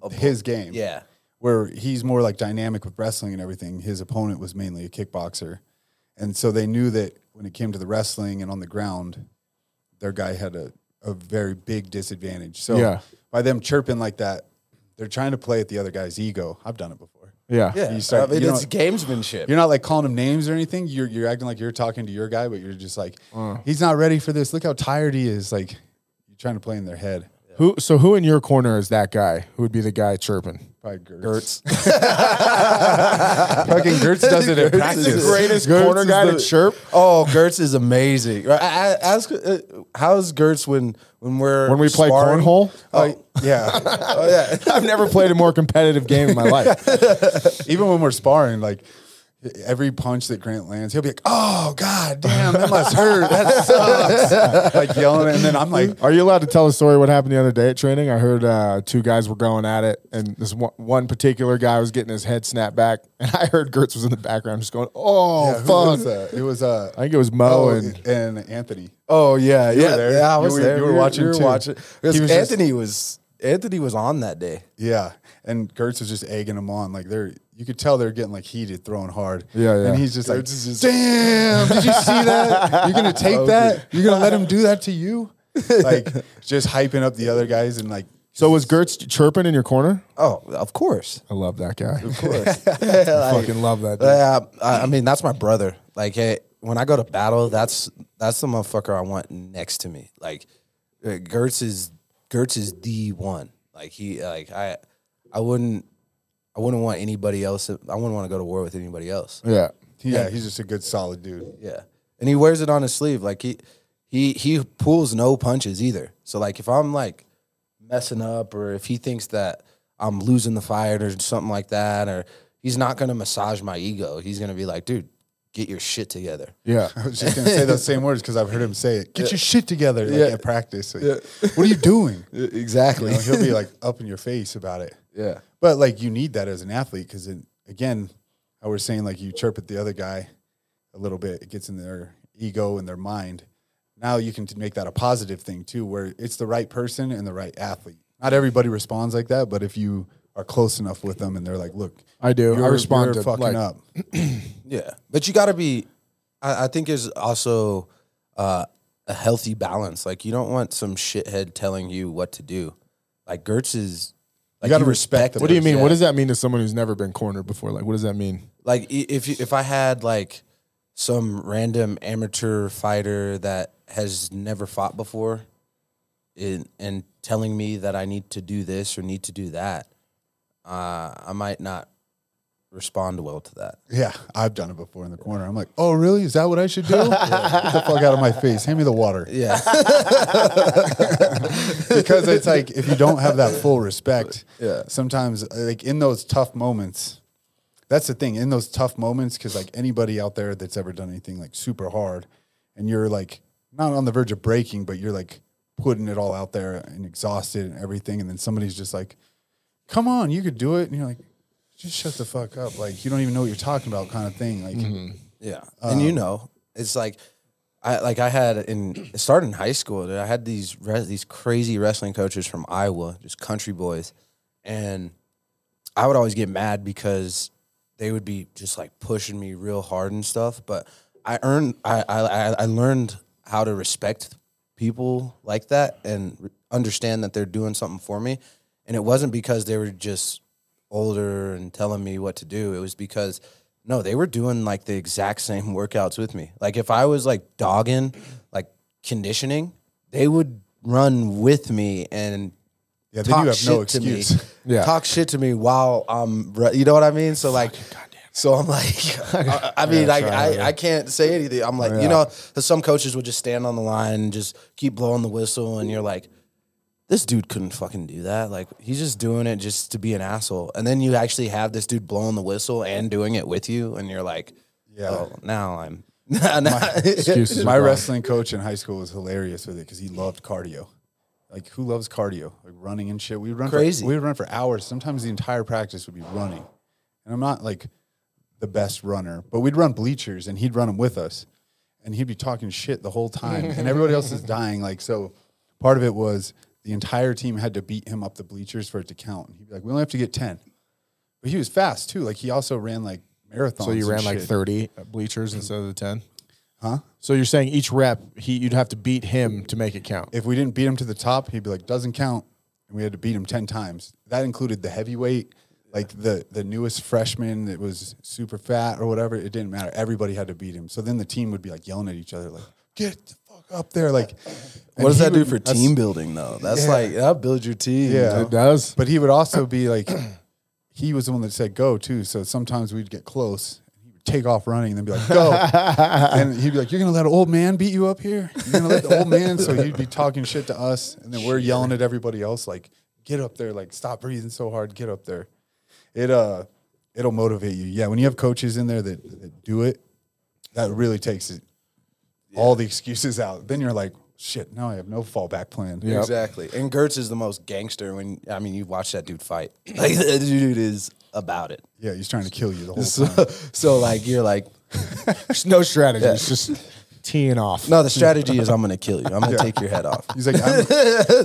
Speaker 3: a bo-
Speaker 1: his game.
Speaker 3: Yeah,
Speaker 1: where he's more like dynamic with wrestling and everything. His opponent was mainly a kickboxer, and so they knew that when it came to the wrestling and on the ground, their guy had a, a very big disadvantage. So
Speaker 2: Yeah.
Speaker 1: by them chirping like that, they're trying to play at the other guy's ego. I've done it before.
Speaker 2: yeah.
Speaker 3: yeah.
Speaker 1: You start-
Speaker 3: I mean,
Speaker 1: you
Speaker 3: it's
Speaker 1: don't-
Speaker 3: gamesmanship.
Speaker 1: You're not like calling him names or anything. You're you're acting like you're talking to your guy, but you're just like,
Speaker 3: Uh.
Speaker 1: he's not ready for this. Look how tired he is. Like you're trying to play in their head.
Speaker 2: Who so who in your corner is that guy? Who would be the guy chirping?
Speaker 1: Probably Gertz. Fucking Gertz does it at
Speaker 3: Gertz is
Speaker 1: practice.
Speaker 3: great.
Speaker 2: Greatest
Speaker 3: Gertz
Speaker 2: corner
Speaker 3: is
Speaker 2: guy
Speaker 3: the-
Speaker 2: to chirp
Speaker 3: Oh, Gertz is amazing. Right, I- I- Ask uh, how's Gertz when when we're
Speaker 2: when we play
Speaker 3: sparring?
Speaker 2: cornhole.
Speaker 1: Oh, yeah.
Speaker 3: Oh yeah,
Speaker 2: I've never played a more competitive game in my life.
Speaker 1: even when we're sparring, like every punch that Grant lands, he'll be like, "Oh God, damn, that must hurt. That sucks." like yelling, it, and then I'm like,
Speaker 2: Are you allowed to tell a story what happened the other day at training? I heard uh, two guys were going at it, and this one, one particular guy was getting his head snapped back, and I heard Gertz was in the background just going,
Speaker 1: "Oh
Speaker 2: "Oh
Speaker 1: fuck."
Speaker 2: fuck!"
Speaker 1: Was that? It was uh,
Speaker 2: I think it was
Speaker 1: oh,
Speaker 2: Mo and
Speaker 1: and, and Anthony.
Speaker 3: oh yeah, yeah,
Speaker 1: there.
Speaker 3: yeah. I
Speaker 1: You
Speaker 3: was
Speaker 1: were-
Speaker 3: there.
Speaker 1: you were
Speaker 3: We
Speaker 1: watching
Speaker 3: We were
Speaker 1: too.
Speaker 3: watching. Because
Speaker 1: He was just-
Speaker 3: Anthony was Anthony was on that day.
Speaker 1: Yeah, and Gertz was just egging him on. Like they're, you could tell they're getting like heated, throwing hard.
Speaker 2: Yeah, yeah.
Speaker 1: And he's just like, "Damn, did you see that? You're gonna take that? You're gonna let him do that to you?" Like just hyping up the other guys and like.
Speaker 2: So was Gertz chirping in your corner?
Speaker 3: Oh, of course,
Speaker 2: I love that guy.
Speaker 3: of course. Like,
Speaker 2: fucking love that. Dude.
Speaker 3: Yeah, I, I mean that's my brother. Like, hey, when I go to battle, that's that's the motherfucker I want next to me. Like, uh, Gertz is Gertz is the one. Like he, like I, I wouldn't, I wouldn't want anybody else. I wouldn't want to go to war with anybody else.
Speaker 2: yeah.
Speaker 1: Yeah, he's just a good, solid dude.
Speaker 3: Yeah, and he wears it on his sleeve. Like he, he, he pulls no punches either. So like, if I'm like messing up, or if he thinks that I'm losing the fight, or something like that, or he's not gonna massage my ego. He's gonna be like, dude, get your shit together.
Speaker 2: Yeah.
Speaker 1: I was just gonna say those same words because I've heard him say it. Get your shit together like, at practice. Like, What are you doing? You
Speaker 3: Exactly.
Speaker 1: know, he'll be like up in your face about it.
Speaker 3: Yeah.
Speaker 1: But like you need that as an athlete because again, I was saying like you chirp at the other guy a little bit, it gets in their ego and their mind. Now you can t- make that a positive thing too, where it's the right person and the right athlete. Not everybody responds like that, but if you are close enough with them and they're like, "Look,
Speaker 2: I do. I
Speaker 1: you're-
Speaker 2: respond
Speaker 1: you're
Speaker 2: to
Speaker 1: fucking
Speaker 2: like,
Speaker 1: up."
Speaker 3: Yeah. But you got to be, I, I think there's also uh, a healthy balance. Like, you don't want some shithead telling you what to do. Like, Gertz is, like,
Speaker 1: gotta respect them.
Speaker 2: What do you mean?
Speaker 3: What is?
Speaker 2: What does that mean to someone who's never been cornered before? Like, what does that mean?
Speaker 3: like i- if you- if I had like some random amateur fighter that has never fought before, in and telling me that I need to do this or need to do that, uh, I might not respond well to that.
Speaker 1: Yeah, I've done it before in the corner. I'm like, "Oh, really? Is that what I should do?" Get the fuck out of my face. Hand me the water.
Speaker 3: Yeah,
Speaker 1: because it's like if you don't have that full respect, yeah. Sometimes like in those tough moments, that's the thing. In those tough moments, because like anybody out there that's ever done anything like super hard, and you're like not on the verge of breaking, but you're like putting it all out there and exhausted and everything, and then somebody's just like, "Come on, you could do it," and you're like, "Just shut the fuck up!" Like you don't even know what you're talking about, kind of thing. Like.
Speaker 3: Mm-hmm. yeah, and you know, it's like. I like I had in it started in high school. Dude, I had these res, these crazy wrestling coaches from Iowa, just country boys, and I would always get mad because they would be just like pushing me real hard and stuff. But I earned, I, I, I- I learned how to respect people like that and re- understand that they're doing something for me. And it wasn't because they were just older and telling me what to do. It was because no, they were doing like the exact same workouts with me. Like if I was like dogging, like conditioning, they would run with me and
Speaker 1: Yeah, then
Speaker 3: talk
Speaker 1: you have
Speaker 3: shit
Speaker 1: no
Speaker 3: to
Speaker 1: excuse.
Speaker 3: me.
Speaker 2: Yeah.
Speaker 3: Talk shit to me while I'm, re- you know what I mean? So like, so I'm like, I, I mean, like, I, I can't say anything. I'm like, you know, 'cause some coaches would just stand on the line and just keep blowing the whistle, and you're like, this dude couldn't fucking do that. Like he's just doing it just to be an asshole. And then you actually have this dude blowing the whistle and doing it with you, and you're like, yeah, oh, now I'm. now-
Speaker 2: Excuses.
Speaker 1: My
Speaker 2: are gone.
Speaker 1: wrestling coach in high school was hilarious with it because he loved cardio. Like who loves cardio? Like running and shit. We would run
Speaker 3: Crazy.
Speaker 1: For, we would run for hours. Sometimes the entire practice would be running. And I'm not like the best runner, but we'd run bleachers and he'd run them with us. And he'd be talking shit the whole time. and everybody else is dying. Like so part of it was the entire team had to beat him up the bleachers for it to count. And he'd be like, We only have to get ten. But he was fast too. Like he also ran like marathons.
Speaker 2: So you
Speaker 1: and
Speaker 2: ran like
Speaker 1: shit.
Speaker 2: thirty at bleachers instead of the ten. Huh? So you're saying each rep, he you'd have to beat him to make it count.
Speaker 1: if we didn't beat him to the top, he'd be like, doesn't count. And we had to beat him 10 times. That included the heavyweight, like the, the newest freshman that was super fat or whatever. It didn't matter. Everybody had to beat him. So then the team would be like yelling at each other, like, get the fuck up there. Like,
Speaker 3: what does that do for
Speaker 1: team?
Speaker 3: team building though? That's like that builds your team.
Speaker 1: Yeah.
Speaker 3: Yeah,
Speaker 2: It does.
Speaker 1: But he would also be like, he was the one that said go too. So sometimes we'd get close. He would take off running and then be like, go. and he'd be like, you're going to let an old man beat you up here? You're going to let the old man? So he'd be talking shit to us. And then we're yelling at everybody else, like, get up there. Like, stop breathing so hard. Get up there. It, uh, it'll motivate you. Yeah. When you have coaches in there that, that do it, that really takes it, all the excuses out. Then you're like, shit, now I have no fallback plan.
Speaker 2: Yep.
Speaker 3: exactly. And Gertz is the most gangster. When I mean, you watch that dude fight. Like that dude is about it.
Speaker 1: Yeah. He's trying to kill you the whole time.
Speaker 3: So, so like you're like,
Speaker 2: There's no strategy. It's just teeing off.
Speaker 3: no. The strategy is I'm gonna kill you. I'm gonna take your head off.
Speaker 1: He's like, I'm,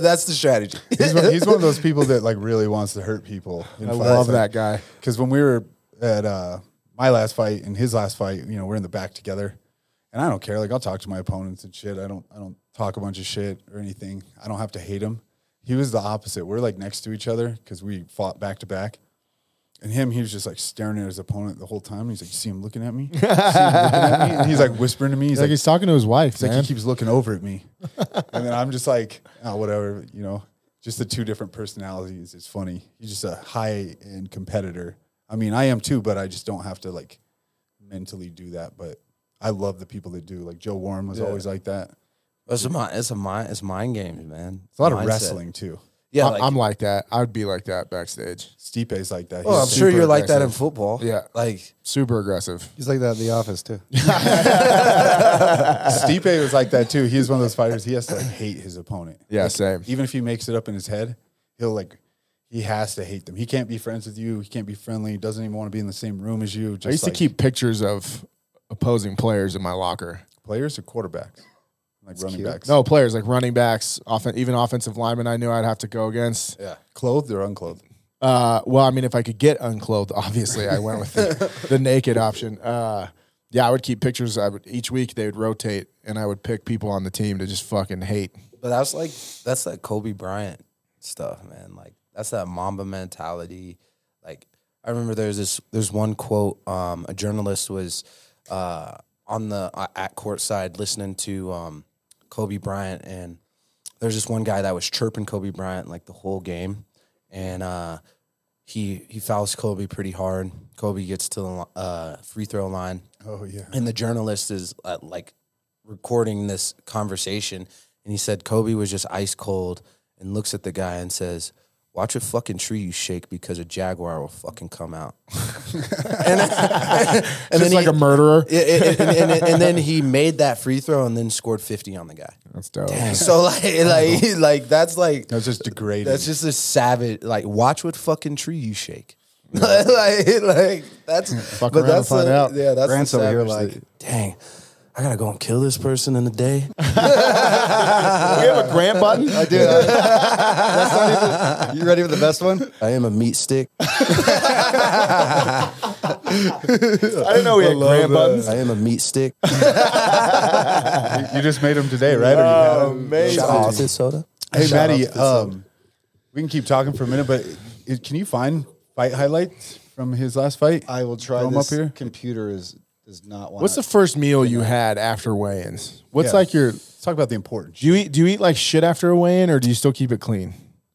Speaker 3: That's the strategy.
Speaker 1: he's, one, he's one of those people that like really wants to hurt people.
Speaker 2: I love that guy.
Speaker 1: because when we were at uh, my last fight and his last fight, you know, we're in the back together, and I don't care. Like I'll talk to my opponents and shit. I don't I don't talk a bunch of shit or anything. I don't have to hate him. He was the opposite. We're like next to each other because we fought back to back. And him, he was just like staring at his opponent the whole time. He's like, "You see him looking at me? You see him looking at me?" And he's like whispering to me. He's
Speaker 2: Like
Speaker 1: like,
Speaker 2: he's talking to his wife,
Speaker 1: it's like
Speaker 2: man.
Speaker 1: he keeps looking over at me. and then I'm just like, oh, whatever, you know, just the two different personalities. It's funny. He's just a high end competitor. I mean, I am too, but I just don't have to like mentally do that. But I love the people that do. Like Joe Warren was always like that.
Speaker 3: It's a mind. It's a mind. It's mind games, man.
Speaker 1: It's a lot of
Speaker 3: Mindset.
Speaker 1: wrestling too.
Speaker 3: Yeah,
Speaker 2: I-
Speaker 3: like,
Speaker 2: I'm like that. I would be like that backstage.
Speaker 1: Stipe's like that.
Speaker 3: well, I'm
Speaker 1: He's
Speaker 3: sure
Speaker 2: super
Speaker 3: you're like that in
Speaker 2: aggressive.
Speaker 3: football.
Speaker 2: Yeah.
Speaker 3: like
Speaker 2: Super aggressive.
Speaker 4: He's like that in the office too.
Speaker 1: Stipe was like that too. He's one of those fighters. He has to like hate his opponent.
Speaker 2: Yeah,
Speaker 1: Like,
Speaker 2: same.
Speaker 1: Even if he makes it up in his head, he'll like he has to hate them. He can't be friends with you. He can't be friendly. He doesn't even want to be in the same room as you. Just
Speaker 2: I used
Speaker 1: like
Speaker 2: to keep pictures of opposing players in my locker.
Speaker 1: players or quarterbacks, like running
Speaker 4: cute.
Speaker 1: backs.
Speaker 2: No players like running backs, often even offensive linemen. I knew I'd have to go against.
Speaker 1: yeah, clothed or unclothed.
Speaker 2: Uh, well, I mean, if I could get unclothed, obviously I went with the, the naked option. Uh, yeah, I would keep pictures. I would each week they would rotate, and I would pick people on the team to just fucking hate.
Speaker 3: But that's like that's that Kobe Bryant stuff, man. Like that's that Mamba mentality. Like I remember there's this there's one quote. Um, a journalist was uh, on the uh, at courtside listening to um, Kobe Bryant, and there's this one guy that was chirping Kobe Bryant like the whole game, and uh, he he fouls Kobe pretty hard. Kobe gets to the li- uh, free throw line
Speaker 1: Oh yeah,
Speaker 3: and the journalist is uh, like recording this conversation and he said kobe was just ice cold and looks at the guy and says watch a fucking tree you shake because a jaguar will fucking come out and, and
Speaker 2: Just like
Speaker 3: he-
Speaker 2: a murderer.
Speaker 3: yeah, and, and- and- and then he made that free throw and then scored 50 on the guy
Speaker 2: That's dope.
Speaker 3: so like like like that's like
Speaker 1: that's just degrading.
Speaker 3: that's just a savage like watch what fucking tree you shake like, like that's
Speaker 2: Fuck around and find
Speaker 3: the-
Speaker 2: out.
Speaker 3: Yeah, that's the
Speaker 4: Grant's over
Speaker 3: savage
Speaker 4: here like-
Speaker 3: that- dang, I gotta go and kill this person in a day.
Speaker 2: we have a grant button.
Speaker 4: I do. I- that's not even, you ready for the best one?
Speaker 3: I am a meat stick.
Speaker 2: I didn't know we had grant buttons.
Speaker 3: I am a meat stick.
Speaker 1: you, you just made them today, right? Or you had
Speaker 4: Oh,
Speaker 1: 'em?
Speaker 3: Shout out to soda.
Speaker 1: Hey, Maddie, um, we can keep talking for a minute, but it, can you find fight highlights from his last fight?
Speaker 4: I will try.
Speaker 1: Throw 'em
Speaker 4: this
Speaker 1: up here.
Speaker 4: Computer is does not want.
Speaker 2: What's the first meal you had after weigh-ins? What's
Speaker 1: Yeah.
Speaker 2: like your? Do
Speaker 1: Let's talk about the importance.
Speaker 2: you eat? Do you eat like shit after a weigh-in, or do you still keep it clean?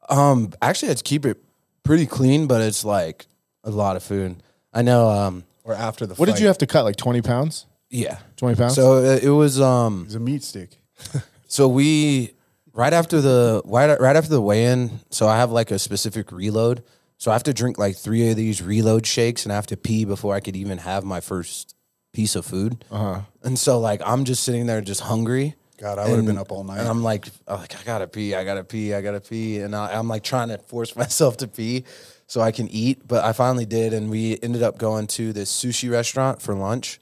Speaker 3: Um, actually, I'd keep it pretty clean, but it's like a lot of food. I know. Um,
Speaker 1: Or after the
Speaker 2: What
Speaker 1: fight.
Speaker 2: did you have to cut? Like twenty pounds?
Speaker 3: yeah.
Speaker 2: Twenty pounds?
Speaker 3: So uh, it was um.
Speaker 1: It was a meat stick.
Speaker 3: So we right after the right, right after the weigh-in, so I have like a specific reload. So I have to drink like three of these reload shakes, and I have to pee before I could even have my first piece of food. Uh-huh. And so like I'm just sitting there, just hungry.
Speaker 1: God, I would've
Speaker 3: And-
Speaker 1: been up all night.
Speaker 3: And I'm like, I'm like, I gotta pee, I gotta pee, I gotta pee, and I, I'm like trying to force myself to pee so I can eat. But I finally did, and we ended up going to this sushi restaurant for lunch.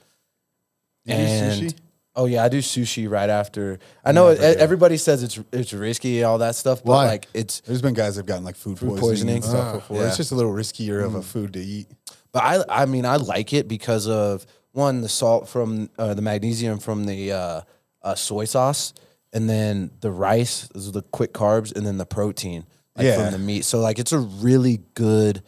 Speaker 1: Do you do sushi?
Speaker 3: Oh yeah, I do sushi right after. I know e- everybody says it's it's risky, all that stuff, but
Speaker 1: Why?
Speaker 3: like it's.
Speaker 1: There's been guys that've gotten like food, poisoning, Hmm.
Speaker 3: poisoning.
Speaker 1: and stuff
Speaker 3: Ah,
Speaker 1: before.
Speaker 3: yeah.
Speaker 1: It's just a little riskier of a food to eat.
Speaker 3: But I I mean I like it because of one the salt from uh, the magnesium from the uh, uh, soy sauce, and then the rice, those are the quick carbs, and then the protein like,
Speaker 1: Yeah.
Speaker 3: from the meat. So like it's a really good.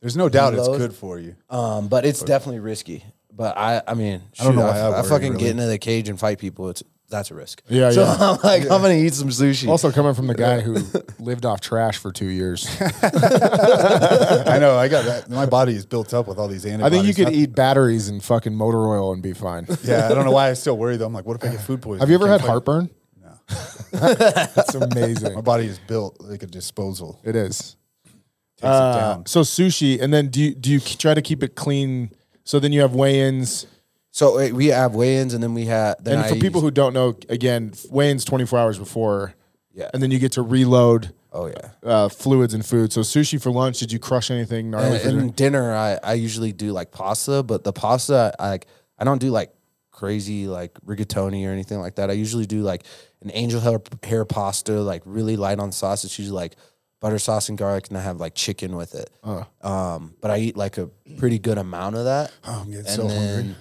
Speaker 1: There's no doubt it's
Speaker 3: Reload.
Speaker 1: good for you.
Speaker 3: Um, but it's definitely risky. But I, I mean, shoot, I,
Speaker 1: don't know why
Speaker 3: f-
Speaker 1: that
Speaker 3: I
Speaker 1: word
Speaker 3: fucking
Speaker 1: really-
Speaker 3: get into the cage and fight people. It's that's a risk.
Speaker 2: Yeah,
Speaker 3: So
Speaker 2: yeah.
Speaker 3: I'm like, I'm gonna eat some sushi.
Speaker 2: Also coming from the guy who lived off trash for two years,
Speaker 1: I know. I got that. My body is built up with all these
Speaker 2: I
Speaker 1: antibodies.
Speaker 2: think you could
Speaker 1: Not-
Speaker 2: eat batteries and fucking motor oil and be fine.
Speaker 1: Yeah, I don't know why I still worry though. I'm like, what if I get food poisoning?
Speaker 2: Have you ever
Speaker 1: Can't
Speaker 2: had
Speaker 1: fight-
Speaker 2: heartburn? No, that's amazing.
Speaker 1: My body is built like a disposal.
Speaker 2: It is.
Speaker 1: Takes it
Speaker 2: Uh,
Speaker 1: down.
Speaker 2: so sushi, and then do you, do you k- try to keep it clean? So then you have weigh-ins,
Speaker 3: so wait, we have weigh-ins, and then we have. Then
Speaker 2: and for
Speaker 3: I
Speaker 2: people
Speaker 3: use-
Speaker 2: who don't know, again, f- weigh-ins twenty four hours before,
Speaker 3: Yeah.
Speaker 2: and then you get to reload
Speaker 3: oh yeah,
Speaker 2: uh, fluids and food. So sushi for lunch, did you crush anything gnarly?
Speaker 3: and,
Speaker 2: for dinner?
Speaker 3: and dinner, I I usually do like pasta, but the pasta, I like, I don't do like crazy like rigatoni or anything like that. I usually do like an angel hair, hair pasta, like really light on sauce. It's usually like butter sauce and garlic, and I have like chicken with it. Um, but I eat like a pretty good amount of that.
Speaker 1: Oh, I'm getting
Speaker 3: and
Speaker 1: so
Speaker 3: then,
Speaker 1: hungry.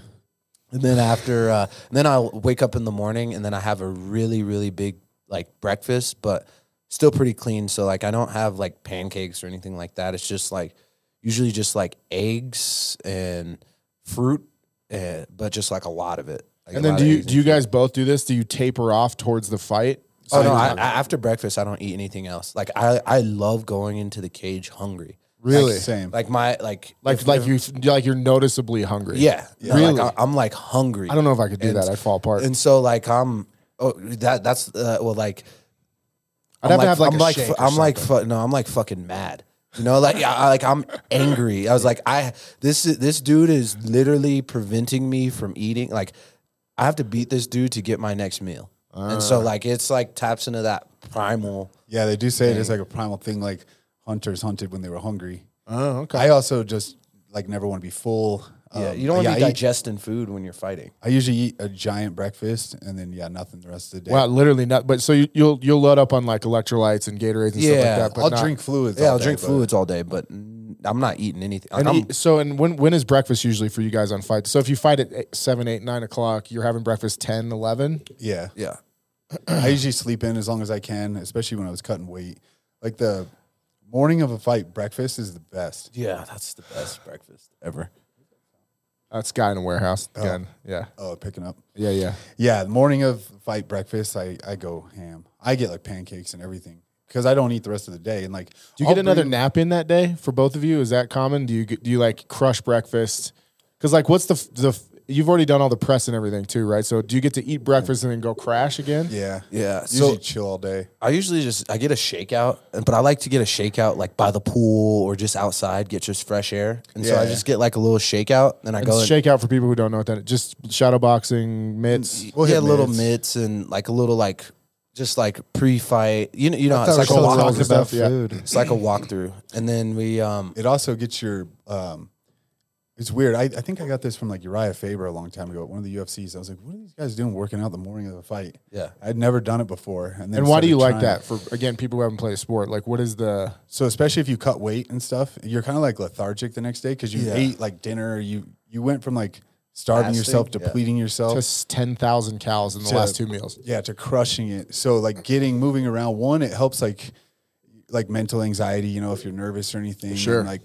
Speaker 3: And then after, uh, and then I'll wake up in the morning, and then I have a really, really big like breakfast, but still pretty clean. So like, I don't have like pancakes or anything like that. It's just like usually just like eggs and fruit, and, but just like a lot of it. Like, a
Speaker 2: And then
Speaker 3: lot
Speaker 2: do
Speaker 3: of
Speaker 2: you
Speaker 3: eggs
Speaker 2: do you guys both do this? Do you taper off towards the fight?
Speaker 3: Oh
Speaker 2: So
Speaker 3: no!
Speaker 2: you-
Speaker 3: I, I, after breakfast, I don't eat anything else. Like I, I love going into the cage hungry.
Speaker 2: really?
Speaker 1: Like, same.
Speaker 3: Like my like
Speaker 2: Like
Speaker 3: if-
Speaker 2: like you like you're noticeably hungry.
Speaker 3: yeah, yeah,
Speaker 2: Really?
Speaker 3: Like, I, I'm like hungry.
Speaker 2: I don't know if I could do
Speaker 3: And-
Speaker 2: that. I'd fall apart.
Speaker 3: And so like I'm oh that that's uh, well like
Speaker 2: I'd have
Speaker 3: I'm
Speaker 2: to have like
Speaker 3: I'm
Speaker 2: a
Speaker 3: like
Speaker 2: shake
Speaker 3: fu-
Speaker 2: or
Speaker 3: I'm like fu- no I'm like fucking mad. You know, like I, I- like I'm angry. I was like, I this is- this dude is literally preventing me from eating. Like, I have to beat this dude to get my next meal. and so, like, it's like taps into that primal.
Speaker 1: Yeah, they do say it is like a primal thing. Like hunters hunted when they were hungry.
Speaker 2: Oh, okay.
Speaker 1: I also just like never want to be full.
Speaker 3: Yeah,
Speaker 1: Um,
Speaker 3: you don't want to
Speaker 1: yeah,
Speaker 3: be
Speaker 1: I eat-
Speaker 3: digesting food when you're fighting.
Speaker 1: I usually eat a giant breakfast and then yeah, nothing the rest of the day.
Speaker 2: Wow, literally not. But so you, you'll you'll load up on like electrolytes and Gatorades and
Speaker 3: Yeah,
Speaker 2: stuff like that. But
Speaker 1: I'll
Speaker 2: not-
Speaker 1: drink fluids.
Speaker 3: Yeah,
Speaker 1: all
Speaker 3: I'll
Speaker 1: day,
Speaker 3: drink
Speaker 1: but
Speaker 3: fluids all day, but mm, I'm not eating anything. Like,
Speaker 2: And
Speaker 3: I'm-
Speaker 2: you- so and when when is breakfast usually for you guys on fight? So if you fight at eight, seven, eight, nine o'clock, you're having breakfast 10, 11?
Speaker 1: Yeah,
Speaker 3: yeah,
Speaker 1: I usually sleep in as long as I can, especially when I was cutting weight. Like the morning of a fight, breakfast is the best.
Speaker 3: yeah, that's the best breakfast ever.
Speaker 2: That's guy in a warehouse again. Yeah,
Speaker 1: Oh, picking up.
Speaker 2: yeah, yeah.
Speaker 1: Yeah, the morning of fight breakfast, I, I go ham. I get like pancakes and everything because I don't eat the rest of the day. And like,
Speaker 2: Do you
Speaker 1: I'll
Speaker 2: get another
Speaker 1: bring-
Speaker 2: nap in that day for both of you? Is that common? Do you get- do you like crush breakfast? Because like, what's the f- the f- you've already done all the press and everything too, right? So do you get to eat breakfast and then go crash again?
Speaker 1: Yeah,
Speaker 3: Yeah, so-
Speaker 1: Usually chill all day.
Speaker 3: I usually just I get a shakeout, but I like to get a shakeout like by the pool or just outside, get just fresh air, and so I
Speaker 1: Yeah.
Speaker 3: just get like a little shakeout, and I go and-
Speaker 2: Shake out for people who don't know what that. Is. Just shadow boxing mitts.
Speaker 1: We'll
Speaker 3: yeah,
Speaker 1: hit
Speaker 3: little
Speaker 1: mitts.
Speaker 3: mitts and like a little like just like pre-fight, you know, you know, it's
Speaker 2: thought
Speaker 3: like,
Speaker 2: we
Speaker 3: a
Speaker 2: were
Speaker 3: walk,
Speaker 2: talking about food.
Speaker 3: it's like a walkthrough, and then we um
Speaker 1: It also gets your. Um, it's weird. I, I think I got this from like Uriah Faber a long time ago. at One of the UFCs. I was like, "What are these guys doing working out the morning of the fight?"
Speaker 3: Yeah.
Speaker 1: I'd never done it before. And, then
Speaker 2: And why
Speaker 1: started
Speaker 2: do you like
Speaker 1: trying it.
Speaker 2: that? For again, people who haven't played a sport, like what is the?
Speaker 1: So especially if you cut weight and stuff, you're kind of like lethargic the next day because you ate like dinner. You you went from like starving
Speaker 3: Fasting?
Speaker 1: yourself,
Speaker 3: Yeah.
Speaker 1: depleting yourself,
Speaker 2: That's ten thousand cows in the
Speaker 1: to-
Speaker 2: last two meals.
Speaker 1: Yeah, to crushing it. So like getting moving around. One, it helps like like mental anxiety. You know, if you're nervous or anything. and,
Speaker 2: Sure.
Speaker 1: like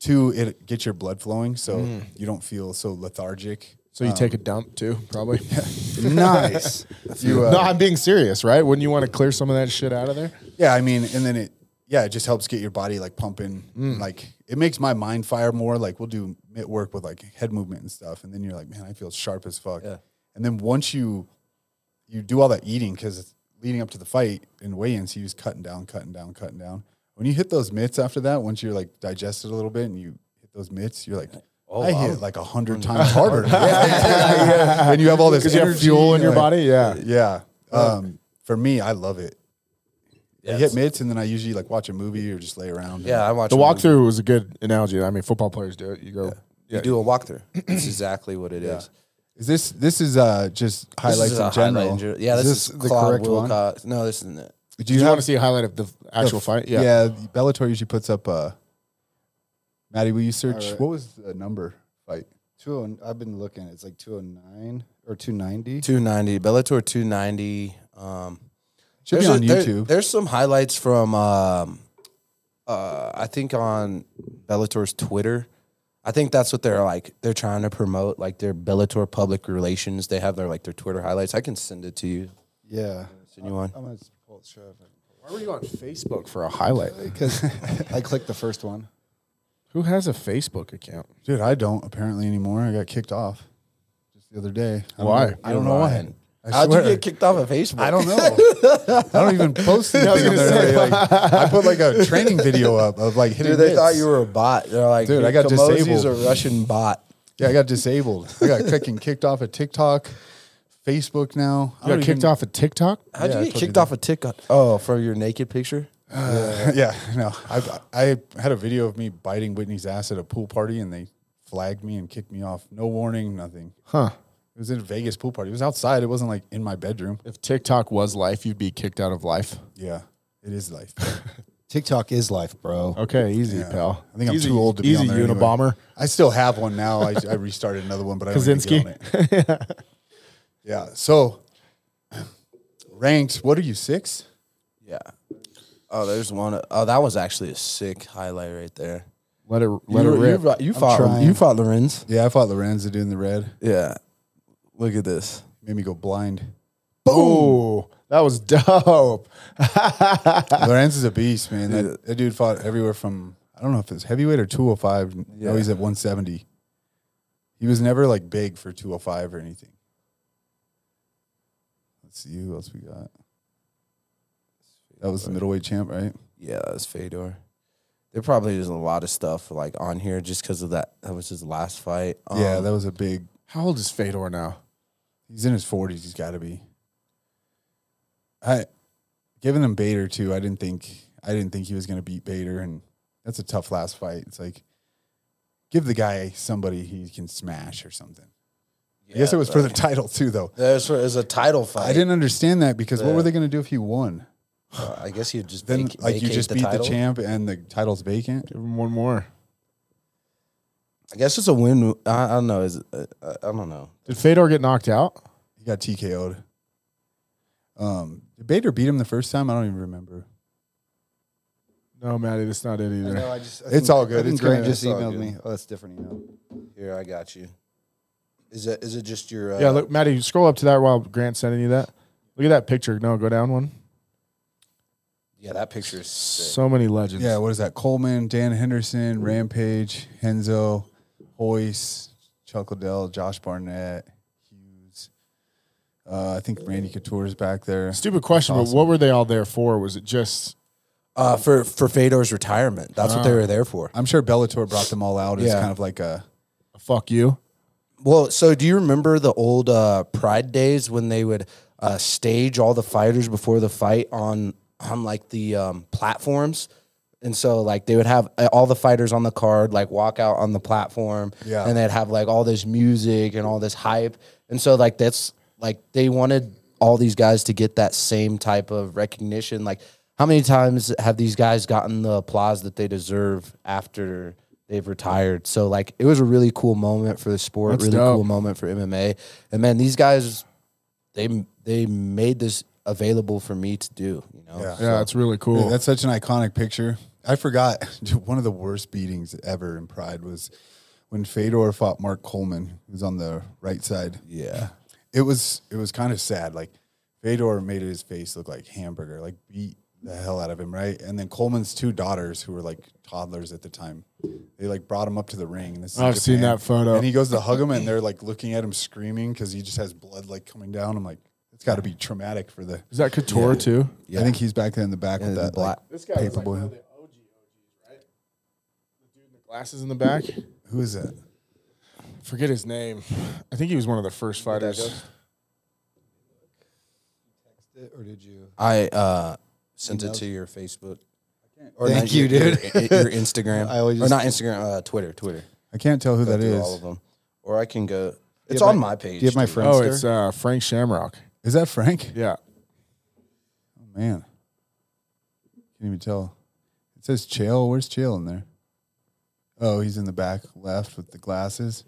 Speaker 1: two, it gets your blood flowing, so you don't feel so lethargic.
Speaker 2: So you take a dump too, probably.
Speaker 4: nice.
Speaker 1: You, uh,
Speaker 2: no, I'm being serious, right? Wouldn't you want to clear some of that shit out of there?
Speaker 1: yeah, I mean, and then it yeah, it just helps get your body like pumping.
Speaker 2: Mm.
Speaker 1: Like it makes my mind fire more. Like we'll do mitt work with like head movement and stuff, and then you're like, man, I feel sharp as fuck. And then once you you do all that eating because leading up to the fight in weigh-ins, he was cutting down, cutting down, cutting down. When you hit those mitts after that, once you're like digested a little bit and you hit those mitts, you're like,
Speaker 2: Oh,
Speaker 1: I hit it like a hundred times harder. yeah, And you have all this
Speaker 2: Because you have
Speaker 1: energy,
Speaker 2: fuel in your
Speaker 1: like-
Speaker 2: body. Uh, Yeah.
Speaker 1: Yeah. Um, for me, I love it. I hit
Speaker 3: it's-
Speaker 1: mitts, and then I usually like watch a movie or just lay around.
Speaker 3: Yeah, I watch
Speaker 2: The
Speaker 3: a movie.
Speaker 2: walkthrough was a good analogy. I mean, football players do it. You go.
Speaker 3: You do a walkthrough. That's exactly what it is.
Speaker 1: Is this this is uh just highlights
Speaker 3: this is a
Speaker 1: in
Speaker 3: highlight
Speaker 1: general?
Speaker 3: in gen- yeah, this, is,
Speaker 1: the
Speaker 3: Claude
Speaker 1: correct one?
Speaker 3: Wilcox. No, this isn't it.
Speaker 1: Do
Speaker 2: Do
Speaker 1: you,
Speaker 2: you
Speaker 1: have
Speaker 2: want to see a highlight of the actual fight? Yeah.
Speaker 1: Yeah, Bellator usually puts up uh Maddie, will you search what was the number fight?
Speaker 4: Two oh, I've been looking. It's like 209 or 290.
Speaker 3: 290 Bellator 290. Um,
Speaker 1: Should be
Speaker 3: there's a-
Speaker 1: on
Speaker 3: there-
Speaker 1: YouTube.
Speaker 3: there's some highlights from um, uh, I think on Bellator's Twitter. I think that's what they're like. They're trying to promote like their Bellator public relations. They have their like their Twitter highlights. I can send it to you.
Speaker 4: Yeah.
Speaker 3: Send you one.
Speaker 4: I'm going to pull it, show
Speaker 2: Why were you on Facebook for a highlight?
Speaker 4: Because I clicked the first one.
Speaker 2: Who has a Facebook account?
Speaker 1: Dude, I don't apparently anymore. I got kicked off just the other day. I don't
Speaker 2: Why?
Speaker 1: know- I don't know why.
Speaker 3: Ryan,
Speaker 1: I
Speaker 3: How'd
Speaker 1: swear.
Speaker 3: you get kicked off of Facebook?
Speaker 1: I don't know. I don't even post anything on there. Like, I put like a training video up of like hitting
Speaker 3: Dude, they thought
Speaker 1: mitts.
Speaker 3: you were a bot. They're like,
Speaker 1: Dude, I got
Speaker 3: Kamosi's
Speaker 1: disabled.
Speaker 3: a Russian bot.
Speaker 1: Yeah, I got disabled. I got fucking kicked off of TikTok, Facebook now. I
Speaker 2: You got
Speaker 1: don't
Speaker 2: kicked
Speaker 1: even-
Speaker 2: off of TikTok?
Speaker 3: How'd
Speaker 1: Yeah, I
Speaker 3: you get
Speaker 1: told you
Speaker 3: kicked off a TikTok? Oh, for your naked picture?
Speaker 1: yeah, no. I I had a video of me biting Whitney's ass at a pool party, and they flagged me and kicked me off. No warning, nothing.
Speaker 2: Huh.
Speaker 1: It was in a Vegas pool party. It was outside. It wasn't like in my bedroom.
Speaker 2: If TikTok was life, you'd be kicked out of life.
Speaker 1: Yeah, it is life.
Speaker 4: TikTok is life, bro.
Speaker 2: Okay, easy, pal.
Speaker 1: I think I'm
Speaker 2: Easy-
Speaker 1: too old to be
Speaker 2: easy
Speaker 1: on there anyway.
Speaker 2: Unabomber.
Speaker 1: I still have one now. I, I restarted another one, but I don't need to
Speaker 2: Kaczynski.
Speaker 1: get on it. yeah. So ranked. What are you six?
Speaker 3: Yeah. Oh, there's one. Oh, that was actually a sick highlight right there.
Speaker 2: Let it let
Speaker 3: you,
Speaker 2: it
Speaker 3: you
Speaker 2: rip.
Speaker 3: ri- you fought.
Speaker 4: trying.
Speaker 3: You fought Lorenz.
Speaker 1: Yeah, I fought Lorenzo doing the red.
Speaker 3: Yeah. Look at this.
Speaker 1: Made me go blind.
Speaker 2: Ooh, that was dope.
Speaker 1: Lorenz is a beast, man. That, that dude fought everywhere from I don't know if it's heavyweight or 205. No, he's at 170. He was never like big for 205 or anything. Let's see who else we got. That was the middleweight champ, right?
Speaker 3: Yeah, that was Fedor. There probably is a lot of stuff like on here just because of that. That was his last fight. Um,
Speaker 1: yeah, that was a big.
Speaker 2: How old is Fedor now?
Speaker 1: He's in his 40s. He's got to be. I, giving him Bader too. I didn't think I didn't think he was going to beat Bader, and that's a tough last fight. It's like, give the guy somebody he can smash or something. I guess it was for the title too, though.
Speaker 3: That was for it was a title fight.
Speaker 1: I didn't understand that because what
Speaker 3: Yeah.
Speaker 1: were they going to do if he won?
Speaker 3: Uh, I guess you just
Speaker 1: Then,
Speaker 3: vac-
Speaker 1: like, you
Speaker 3: vacate
Speaker 1: just
Speaker 3: the
Speaker 1: beat
Speaker 3: title.
Speaker 1: the champ and the title's vacant.
Speaker 2: Give him one more.
Speaker 3: I guess it's a win. I, I don't know. Is it, uh, I don't know.
Speaker 2: Did Fedor get knocked out?
Speaker 1: He got TKO'd. Um, did Bader beat him the first time? I don't even remember.
Speaker 2: No, Maddie, that's not it
Speaker 4: I
Speaker 2: either.
Speaker 4: know. I just, I
Speaker 1: It's all good.
Speaker 4: I think
Speaker 1: It's
Speaker 4: Grant
Speaker 1: gonna-
Speaker 4: just
Speaker 1: it's all
Speaker 4: emailed
Speaker 1: good.
Speaker 4: me. Oh, that's different email.
Speaker 3: Here, I got you. Is it is it just your? Uh,
Speaker 2: Yeah, look, Maddie, scroll up to that while Grant's sending you that. Look at that picture. No, go down one.
Speaker 3: Yeah, that picture is sick.
Speaker 2: So many legends.
Speaker 1: Yeah, what is that? Coleman, Dan Henderson, Rampage, Henzo, Hoyce, Chuck Liddell, Josh Barnett, Hughes. Uh, I think Randy Couture's back there.
Speaker 2: Stupid question, but what were they all there for? Was it just
Speaker 3: Uh, for for Fedor's retirement, that's what they were there for.
Speaker 1: I'm sure Bellator brought them all out as
Speaker 3: Yeah.
Speaker 1: kind of like a
Speaker 2: a fuck you?
Speaker 3: Well, so do you remember the old uh, Pride days when they would uh, stage all the fighters before the fight on on like the um, platforms? And so, like, they would have uh, all the fighters on the card, like, walk out on the platform,
Speaker 1: Yeah.
Speaker 3: and they'd have like all this music and all this hype. And so, like, that's like they wanted all these guys to get that same type of recognition. Like, how many times have these guys gotten the applause that they deserve after they've retired? So, like, it was a really cool moment for the sport, really
Speaker 2: dope.
Speaker 3: cool moment for MMA. And man, these guys, they they made this available for me to do. You know,
Speaker 1: Yeah.
Speaker 2: Yeah, that's really cool.
Speaker 1: Dude, that's such an iconic picture. I forgot dude, one of the worst beatings ever in Pride was when Fedor fought Mark Coleman, who's on the right side.
Speaker 3: yeah.
Speaker 1: It was it was kind of sad. Like Fedor made his face look like hamburger, like beat the hell out of him, right? And then Coleman's two daughters, who were like toddlers at the time, they like brought him up to the ring. And this is in
Speaker 2: I've seen
Speaker 1: Japan.
Speaker 2: that photo.
Speaker 1: And he goes to hug him, and they're like looking at him screaming because he just has blood like coming down. I'm like, It's got to be traumatic for the.
Speaker 2: Is that Couture too?
Speaker 1: I think he's back there in the back with
Speaker 3: the
Speaker 1: that
Speaker 3: black-
Speaker 1: like, paper boy.
Speaker 2: OG OGs, right? The dude in the glasses in the back.
Speaker 1: Who is that?
Speaker 2: Forget his name. I think he was one of the first fighters.
Speaker 4: Or did you?
Speaker 3: I uh, sent it to your Facebook. Or
Speaker 4: Thank
Speaker 3: not
Speaker 4: you,
Speaker 3: your-
Speaker 4: dude.
Speaker 3: Your, your Instagram.
Speaker 4: I always
Speaker 3: or
Speaker 4: just-
Speaker 3: not Instagram, uh, Twitter. Twitter.
Speaker 1: I can't tell who that
Speaker 3: Do
Speaker 1: is.
Speaker 3: all of them. Or I can go.
Speaker 4: you
Speaker 3: It's
Speaker 4: have
Speaker 3: on
Speaker 4: my-
Speaker 3: my page.
Speaker 1: Do you have my
Speaker 3: dude.
Speaker 1: friend?
Speaker 2: Oh, it's uh, Frank Shamrock.
Speaker 1: is that Frank?
Speaker 2: Yeah.
Speaker 1: Oh man, can't even tell. It says Chael. Where's Chael in there? Oh, he's in the back left with the glasses.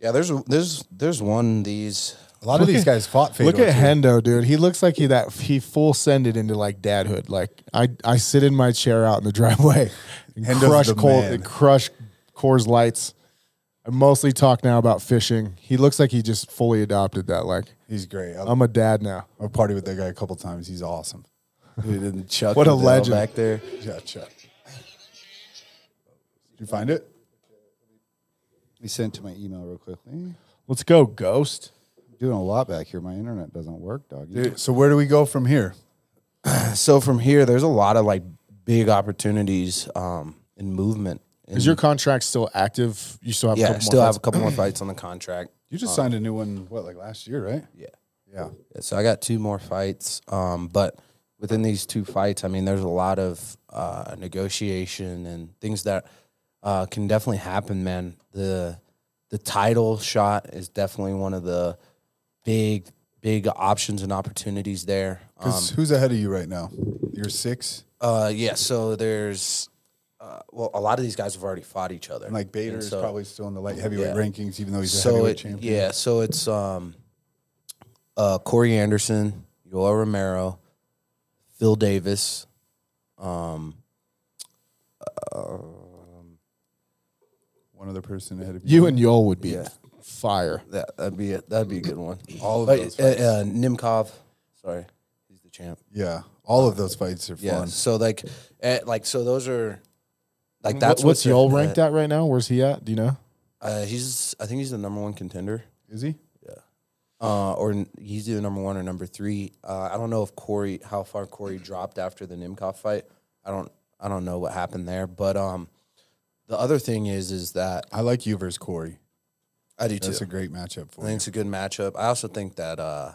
Speaker 3: Yeah, there's there's there's one these.
Speaker 1: A lot of these guys fought. Fedor
Speaker 2: Look at
Speaker 1: too.
Speaker 2: Hendo, dude. He looks like he that he full sended into like dadhood. Like I, I sit in my chair out in the driveway and
Speaker 1: Hendo's
Speaker 2: crush
Speaker 1: the
Speaker 2: cold,
Speaker 1: man.
Speaker 2: and crush Coors Lights. I mostly talk now about fishing. He looks like he just fully adopted that. Like
Speaker 1: He's great. I,
Speaker 4: Um,
Speaker 2: I'm a dad now.
Speaker 1: I partied with that guy a couple times. He's awesome.
Speaker 3: Dude, and Chuck
Speaker 2: What a
Speaker 3: Liddell
Speaker 2: legend.
Speaker 3: back there.
Speaker 1: Yeah, Chuck. Did you find it?
Speaker 4: We sent to my email real quickly.
Speaker 2: Let's go, Ghost.
Speaker 4: doing a lot back here. My internet doesn't work, dog.
Speaker 1: So where do we go from here?
Speaker 3: So from here, there's a lot of like big opportunities um, in movement. And
Speaker 2: Is your contract still active? You still have a
Speaker 3: yeah,
Speaker 2: couple
Speaker 3: still
Speaker 2: more
Speaker 3: have a
Speaker 2: fights?
Speaker 3: couple more fights on the contract.
Speaker 1: You
Speaker 4: Uh,
Speaker 1: just signed a new one. What, like last year, right?
Speaker 3: Yeah.
Speaker 1: Yeah.
Speaker 3: Yeah, So I got two more fights. Um, but within these two fights, I mean, there's a lot of uh, negotiation and things that uh, can definitely happen, man. The the title shot is definitely one of the big big options and opportunities there. Um,
Speaker 1: 'Cause who's ahead of you right now? You're six.
Speaker 3: uh, yeah. So there's uh, well, a lot of these guys have already fought each other.
Speaker 1: And like Bader
Speaker 3: And
Speaker 1: is
Speaker 3: so-
Speaker 1: probably still in the light heavyweight
Speaker 3: Yeah.
Speaker 1: rankings, even though he's a
Speaker 3: so
Speaker 1: heavyweight
Speaker 3: it,
Speaker 1: champion.
Speaker 3: Yeah, so it's um, uh, Corey Anderson, Yoel Romero, Phil Davis, um,
Speaker 1: One other person ahead of you.
Speaker 2: You and Yol would be fire.
Speaker 3: that that'd be it. That'd be a good one.
Speaker 1: All of
Speaker 3: But,
Speaker 1: those
Speaker 3: uh, uh, Nimkov, sorry, he's the champ.
Speaker 1: Yeah. All of those fights are fun.
Speaker 3: Yeah. So like, eh, like so those are like
Speaker 2: That's
Speaker 3: that's
Speaker 2: what's
Speaker 3: what
Speaker 2: Yol ranked at right now? Where's he at? Do you know?
Speaker 3: Uh, he's I think he's the number one contender.
Speaker 1: Is he?
Speaker 3: Uh, or n- he's either number one or number three. Uh, I don't know if Corey how far Corey dropped after the Nimkov fight. I don't I don't know what happened there. But um, the other thing is is that
Speaker 1: I like you versus Corey.
Speaker 3: I do too.
Speaker 1: That's a great matchup
Speaker 3: I
Speaker 1: for
Speaker 3: think
Speaker 1: you.
Speaker 3: it's a good matchup. I also think that uh,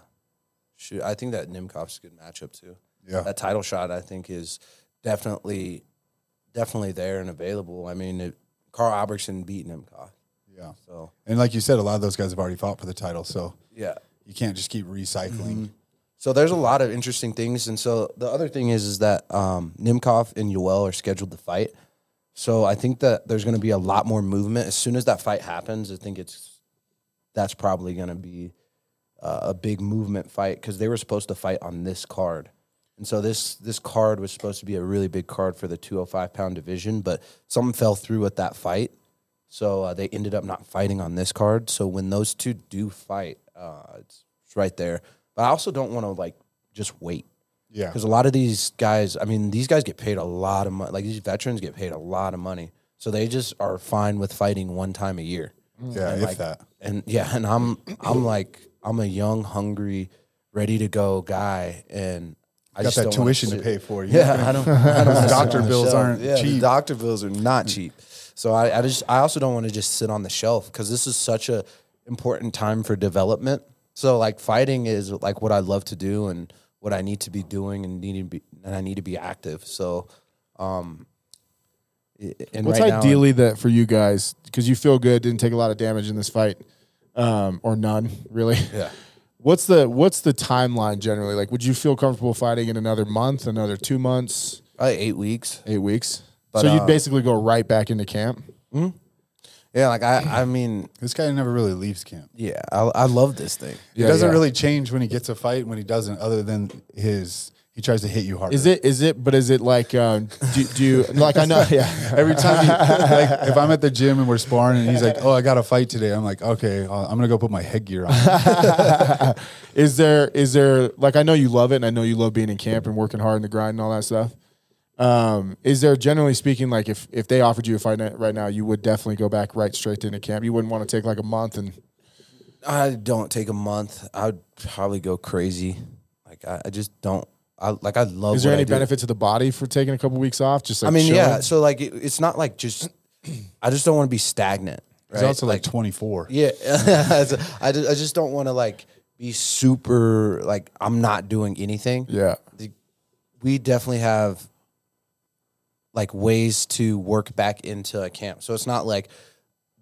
Speaker 3: shoot, I think that Nimkov's a good matchup too.
Speaker 1: Yeah.
Speaker 3: That title shot I think is definitely definitely there and available. I mean, it, Carl Albertson beat Nimkov,
Speaker 1: Yeah.
Speaker 3: so
Speaker 1: And like you said, a lot of those guys have already fought for the title. So
Speaker 3: yeah. Mm-hmm.
Speaker 1: you can't just keep recycling.
Speaker 3: So there's a lot of interesting things, and so the other thing is is that um, Nimkov and Yoel are scheduled to fight. So I think that there's going to be a lot more movement as soon as that fight happens. I think it's that's probably going to be uh, a big movement fight because they were supposed to fight on this card, and so this this card was supposed to be a really big card for the 205 pound division, but something fell through with that fight, so uh, they ended up not fighting on this card. So when those two do fight, uh, it's, it's right there. But I also don't want to like just wait
Speaker 1: Yeah.
Speaker 3: because a lot of these guys, I mean, these guys get paid a lot of money. Like these veterans get paid a lot of money, so they just are fine with fighting one time a year.
Speaker 1: Yeah. If that.
Speaker 3: And yeah, and I'm I'm like I'm a young, hungry, ready to go guy, and
Speaker 1: Got
Speaker 3: I just
Speaker 1: that
Speaker 3: don't wanna
Speaker 1: tuition to
Speaker 3: sit-
Speaker 1: pay for. You
Speaker 3: Yeah, I don't. I don't wanna sit
Speaker 1: Doctor
Speaker 3: on the
Speaker 1: bills
Speaker 3: shelf.
Speaker 1: aren't
Speaker 3: Yeah, the
Speaker 1: cheap. Mm.
Speaker 3: doctor bills are not cheap. So I, I just I also don't want to just sit on the shelf because this is such a important time for development. So like fighting is like what I love to do and what I need to be doing and need to be and I need to be active. So, um, i- and
Speaker 2: What's
Speaker 3: right now-
Speaker 2: ideally that for you guys? Because you feel good, didn't take a lot of damage in this fight, um, or none really. Yeah. What's the what's the timeline generally? Like, would you feel comfortable fighting in another month, another two months,
Speaker 3: probably eight weeks.
Speaker 2: eight weeks? uh, so you'd basically go right back into camp.
Speaker 3: Yeah, like I I mean
Speaker 1: This guy never really leaves camp.
Speaker 3: yeah I I love this thing.
Speaker 1: It doesn't really change when he gets a fight and when he doesn't, other than his he tries to hit you harder.
Speaker 2: Is it is it? But is it like um, do, do you like I know? Yeah.
Speaker 1: Every time, he, like if I'm at the gym and we're sparring, and he's like, "Oh, I got a fight today," I'm like, "Okay, uh, I'm gonna go put my headgear on."
Speaker 2: Is there is there like I know you love it and I know you love being in camp and working hard and the grind and all that stuff. Um, is there generally speaking like if if they offered you a fight night right now, you would definitely go back right straight into camp. You wouldn't want to take like a month and
Speaker 3: I don't take a month. I would probably go crazy. Like I, I just don't. I like I love.
Speaker 2: Is there
Speaker 3: what I
Speaker 2: any
Speaker 3: do.
Speaker 2: benefit to the body for taking a couple weeks off? Just like
Speaker 3: I mean,
Speaker 2: chilling?
Speaker 3: yeah. So like, it, it's not like just. I just don't want to be stagnant. Right?
Speaker 1: He's also like 24.
Speaker 3: Yeah, So I just, I just don't want to like be super like I'm not doing anything.
Speaker 2: yeah.
Speaker 3: We definitely have like ways to work back into a camp, so it's not like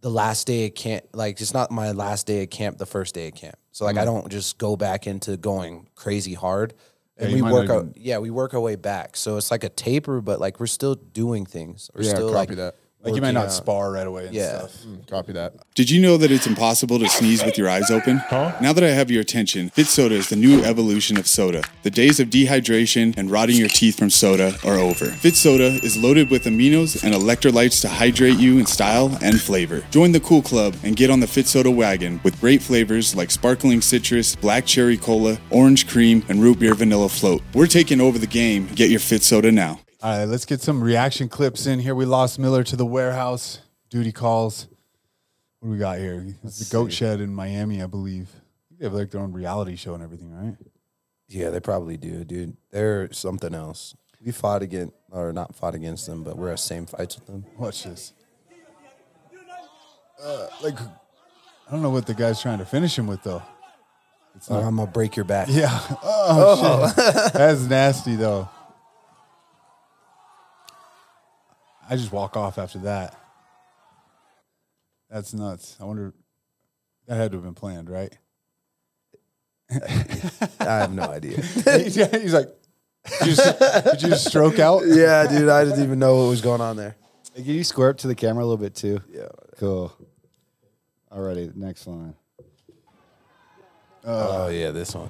Speaker 3: the last day at camp. Like it's not my last day at camp, the first day at camp. So like I
Speaker 1: Mm-hmm.
Speaker 3: don't just go back into going crazy hard. And
Speaker 1: you
Speaker 3: we
Speaker 1: might not
Speaker 3: work our
Speaker 1: even-
Speaker 3: yeah we work our way back. So it's like a taper, but like we're still doing things. We're
Speaker 2: Yeah,
Speaker 3: still
Speaker 2: copy
Speaker 3: like
Speaker 2: that.
Speaker 1: Like you might
Speaker 3: working
Speaker 1: not
Speaker 3: out.
Speaker 1: spar right away and
Speaker 3: Yeah.
Speaker 1: stuff.
Speaker 2: Copy that.
Speaker 5: Did you know that it's impossible to sneeze with your eyes open? Now that I have your attention, Fit Soda is the new evolution of soda. The days of dehydration and rotting your teeth from soda are over. Fit Soda is loaded with aminos and electrolytes to hydrate you in style and flavor. Join the cool club and get on the Fit Soda wagon with great flavors like sparkling citrus, black cherry cola, orange cream, and root beer vanilla float. We're taking over the game. Get your Fit Soda now.
Speaker 1: All right, let's get some reaction clips in here. We lost Miller to the warehouse. Duty calls. What do we got here? It's the goat shed in Miami, I believe. They have like their own reality show and everything, right?
Speaker 3: Yeah, they probably do, dude. They're something else. We fought against, or not fought against them, but we're at same fights with them.
Speaker 1: Watch this. Uh, like, I don't know what the guy's trying to finish him with though.
Speaker 3: Uh, I'm gonna break your back.
Speaker 1: Yeah. Oh, shit. That's nasty though. I just walk off after that. That's nuts. I wonder. That had to have been planned, right?
Speaker 3: I have no idea.
Speaker 1: He's like, did you, just, did you just stroke out?
Speaker 3: yeah, dude, I didn't even know what was going on there.
Speaker 4: Can you square up to the camera a little bit too? Yeah. Cool. Alrighty, next line.
Speaker 3: oh yeah, this one.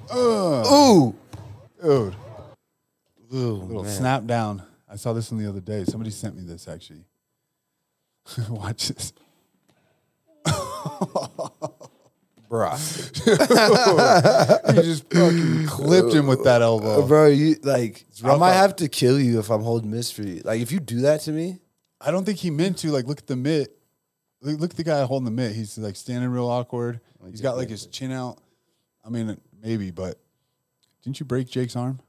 Speaker 1: Dude,
Speaker 3: Ooh,
Speaker 1: little
Speaker 3: man.
Speaker 1: snap down. I saw this one the other day. Somebody sent me this actually. Watch this.
Speaker 3: Bruh.
Speaker 1: He just fucking clipped him with that elbow.
Speaker 3: Uh, bro, you like I
Speaker 1: rough
Speaker 3: might
Speaker 1: out.
Speaker 3: have to kill you if I'm holding mystery. Like if you do that to me,
Speaker 1: I don't think he meant to. Like, look at the mitt. Look, look at the guy holding the mitt. He's like standing real awkward. He's got like his chin out. I mean, maybe, but didn't you break Jake's arm?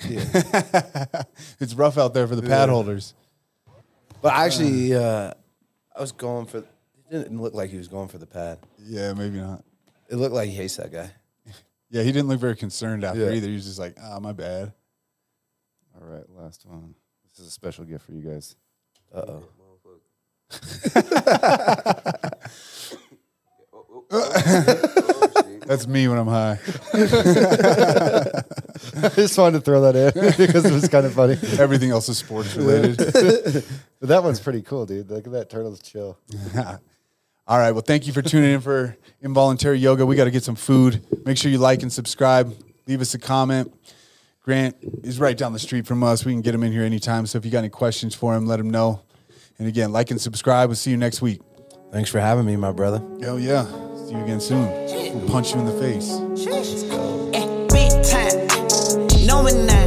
Speaker 1: it's rough out there for the pad holders.
Speaker 3: but actually, uh, I was going for. It didn't look like he was going for the pad.
Speaker 1: Yeah, maybe not.
Speaker 3: It looked like he hates that guy.
Speaker 1: Yeah, he didn't look very concerned after
Speaker 3: Yeah.
Speaker 1: either. He was just like, ah, my bad.
Speaker 4: All right, last one. This is a special gift for you guys.
Speaker 3: Uh oh.
Speaker 1: That's me when I'm high.
Speaker 4: I just wanted to throw that in because it was kind of funny.
Speaker 1: Everything else is sports related.
Speaker 4: But that one's pretty cool, dude. Look at that turtle's chill.
Speaker 1: All right. Well, thank you for tuning in for involuntary yoga. We got to get some food. Make sure you like and subscribe. Leave us a comment. Grant is right down the street from us. We can get him in here anytime. So if you got any questions for him, let him know. And again, like and subscribe. We'll see you next week.
Speaker 3: Thanks for having me, my brother.
Speaker 1: Hell yeah. See you again soon. We'll punch you in the face.
Speaker 6: Eh, big time. Knowing I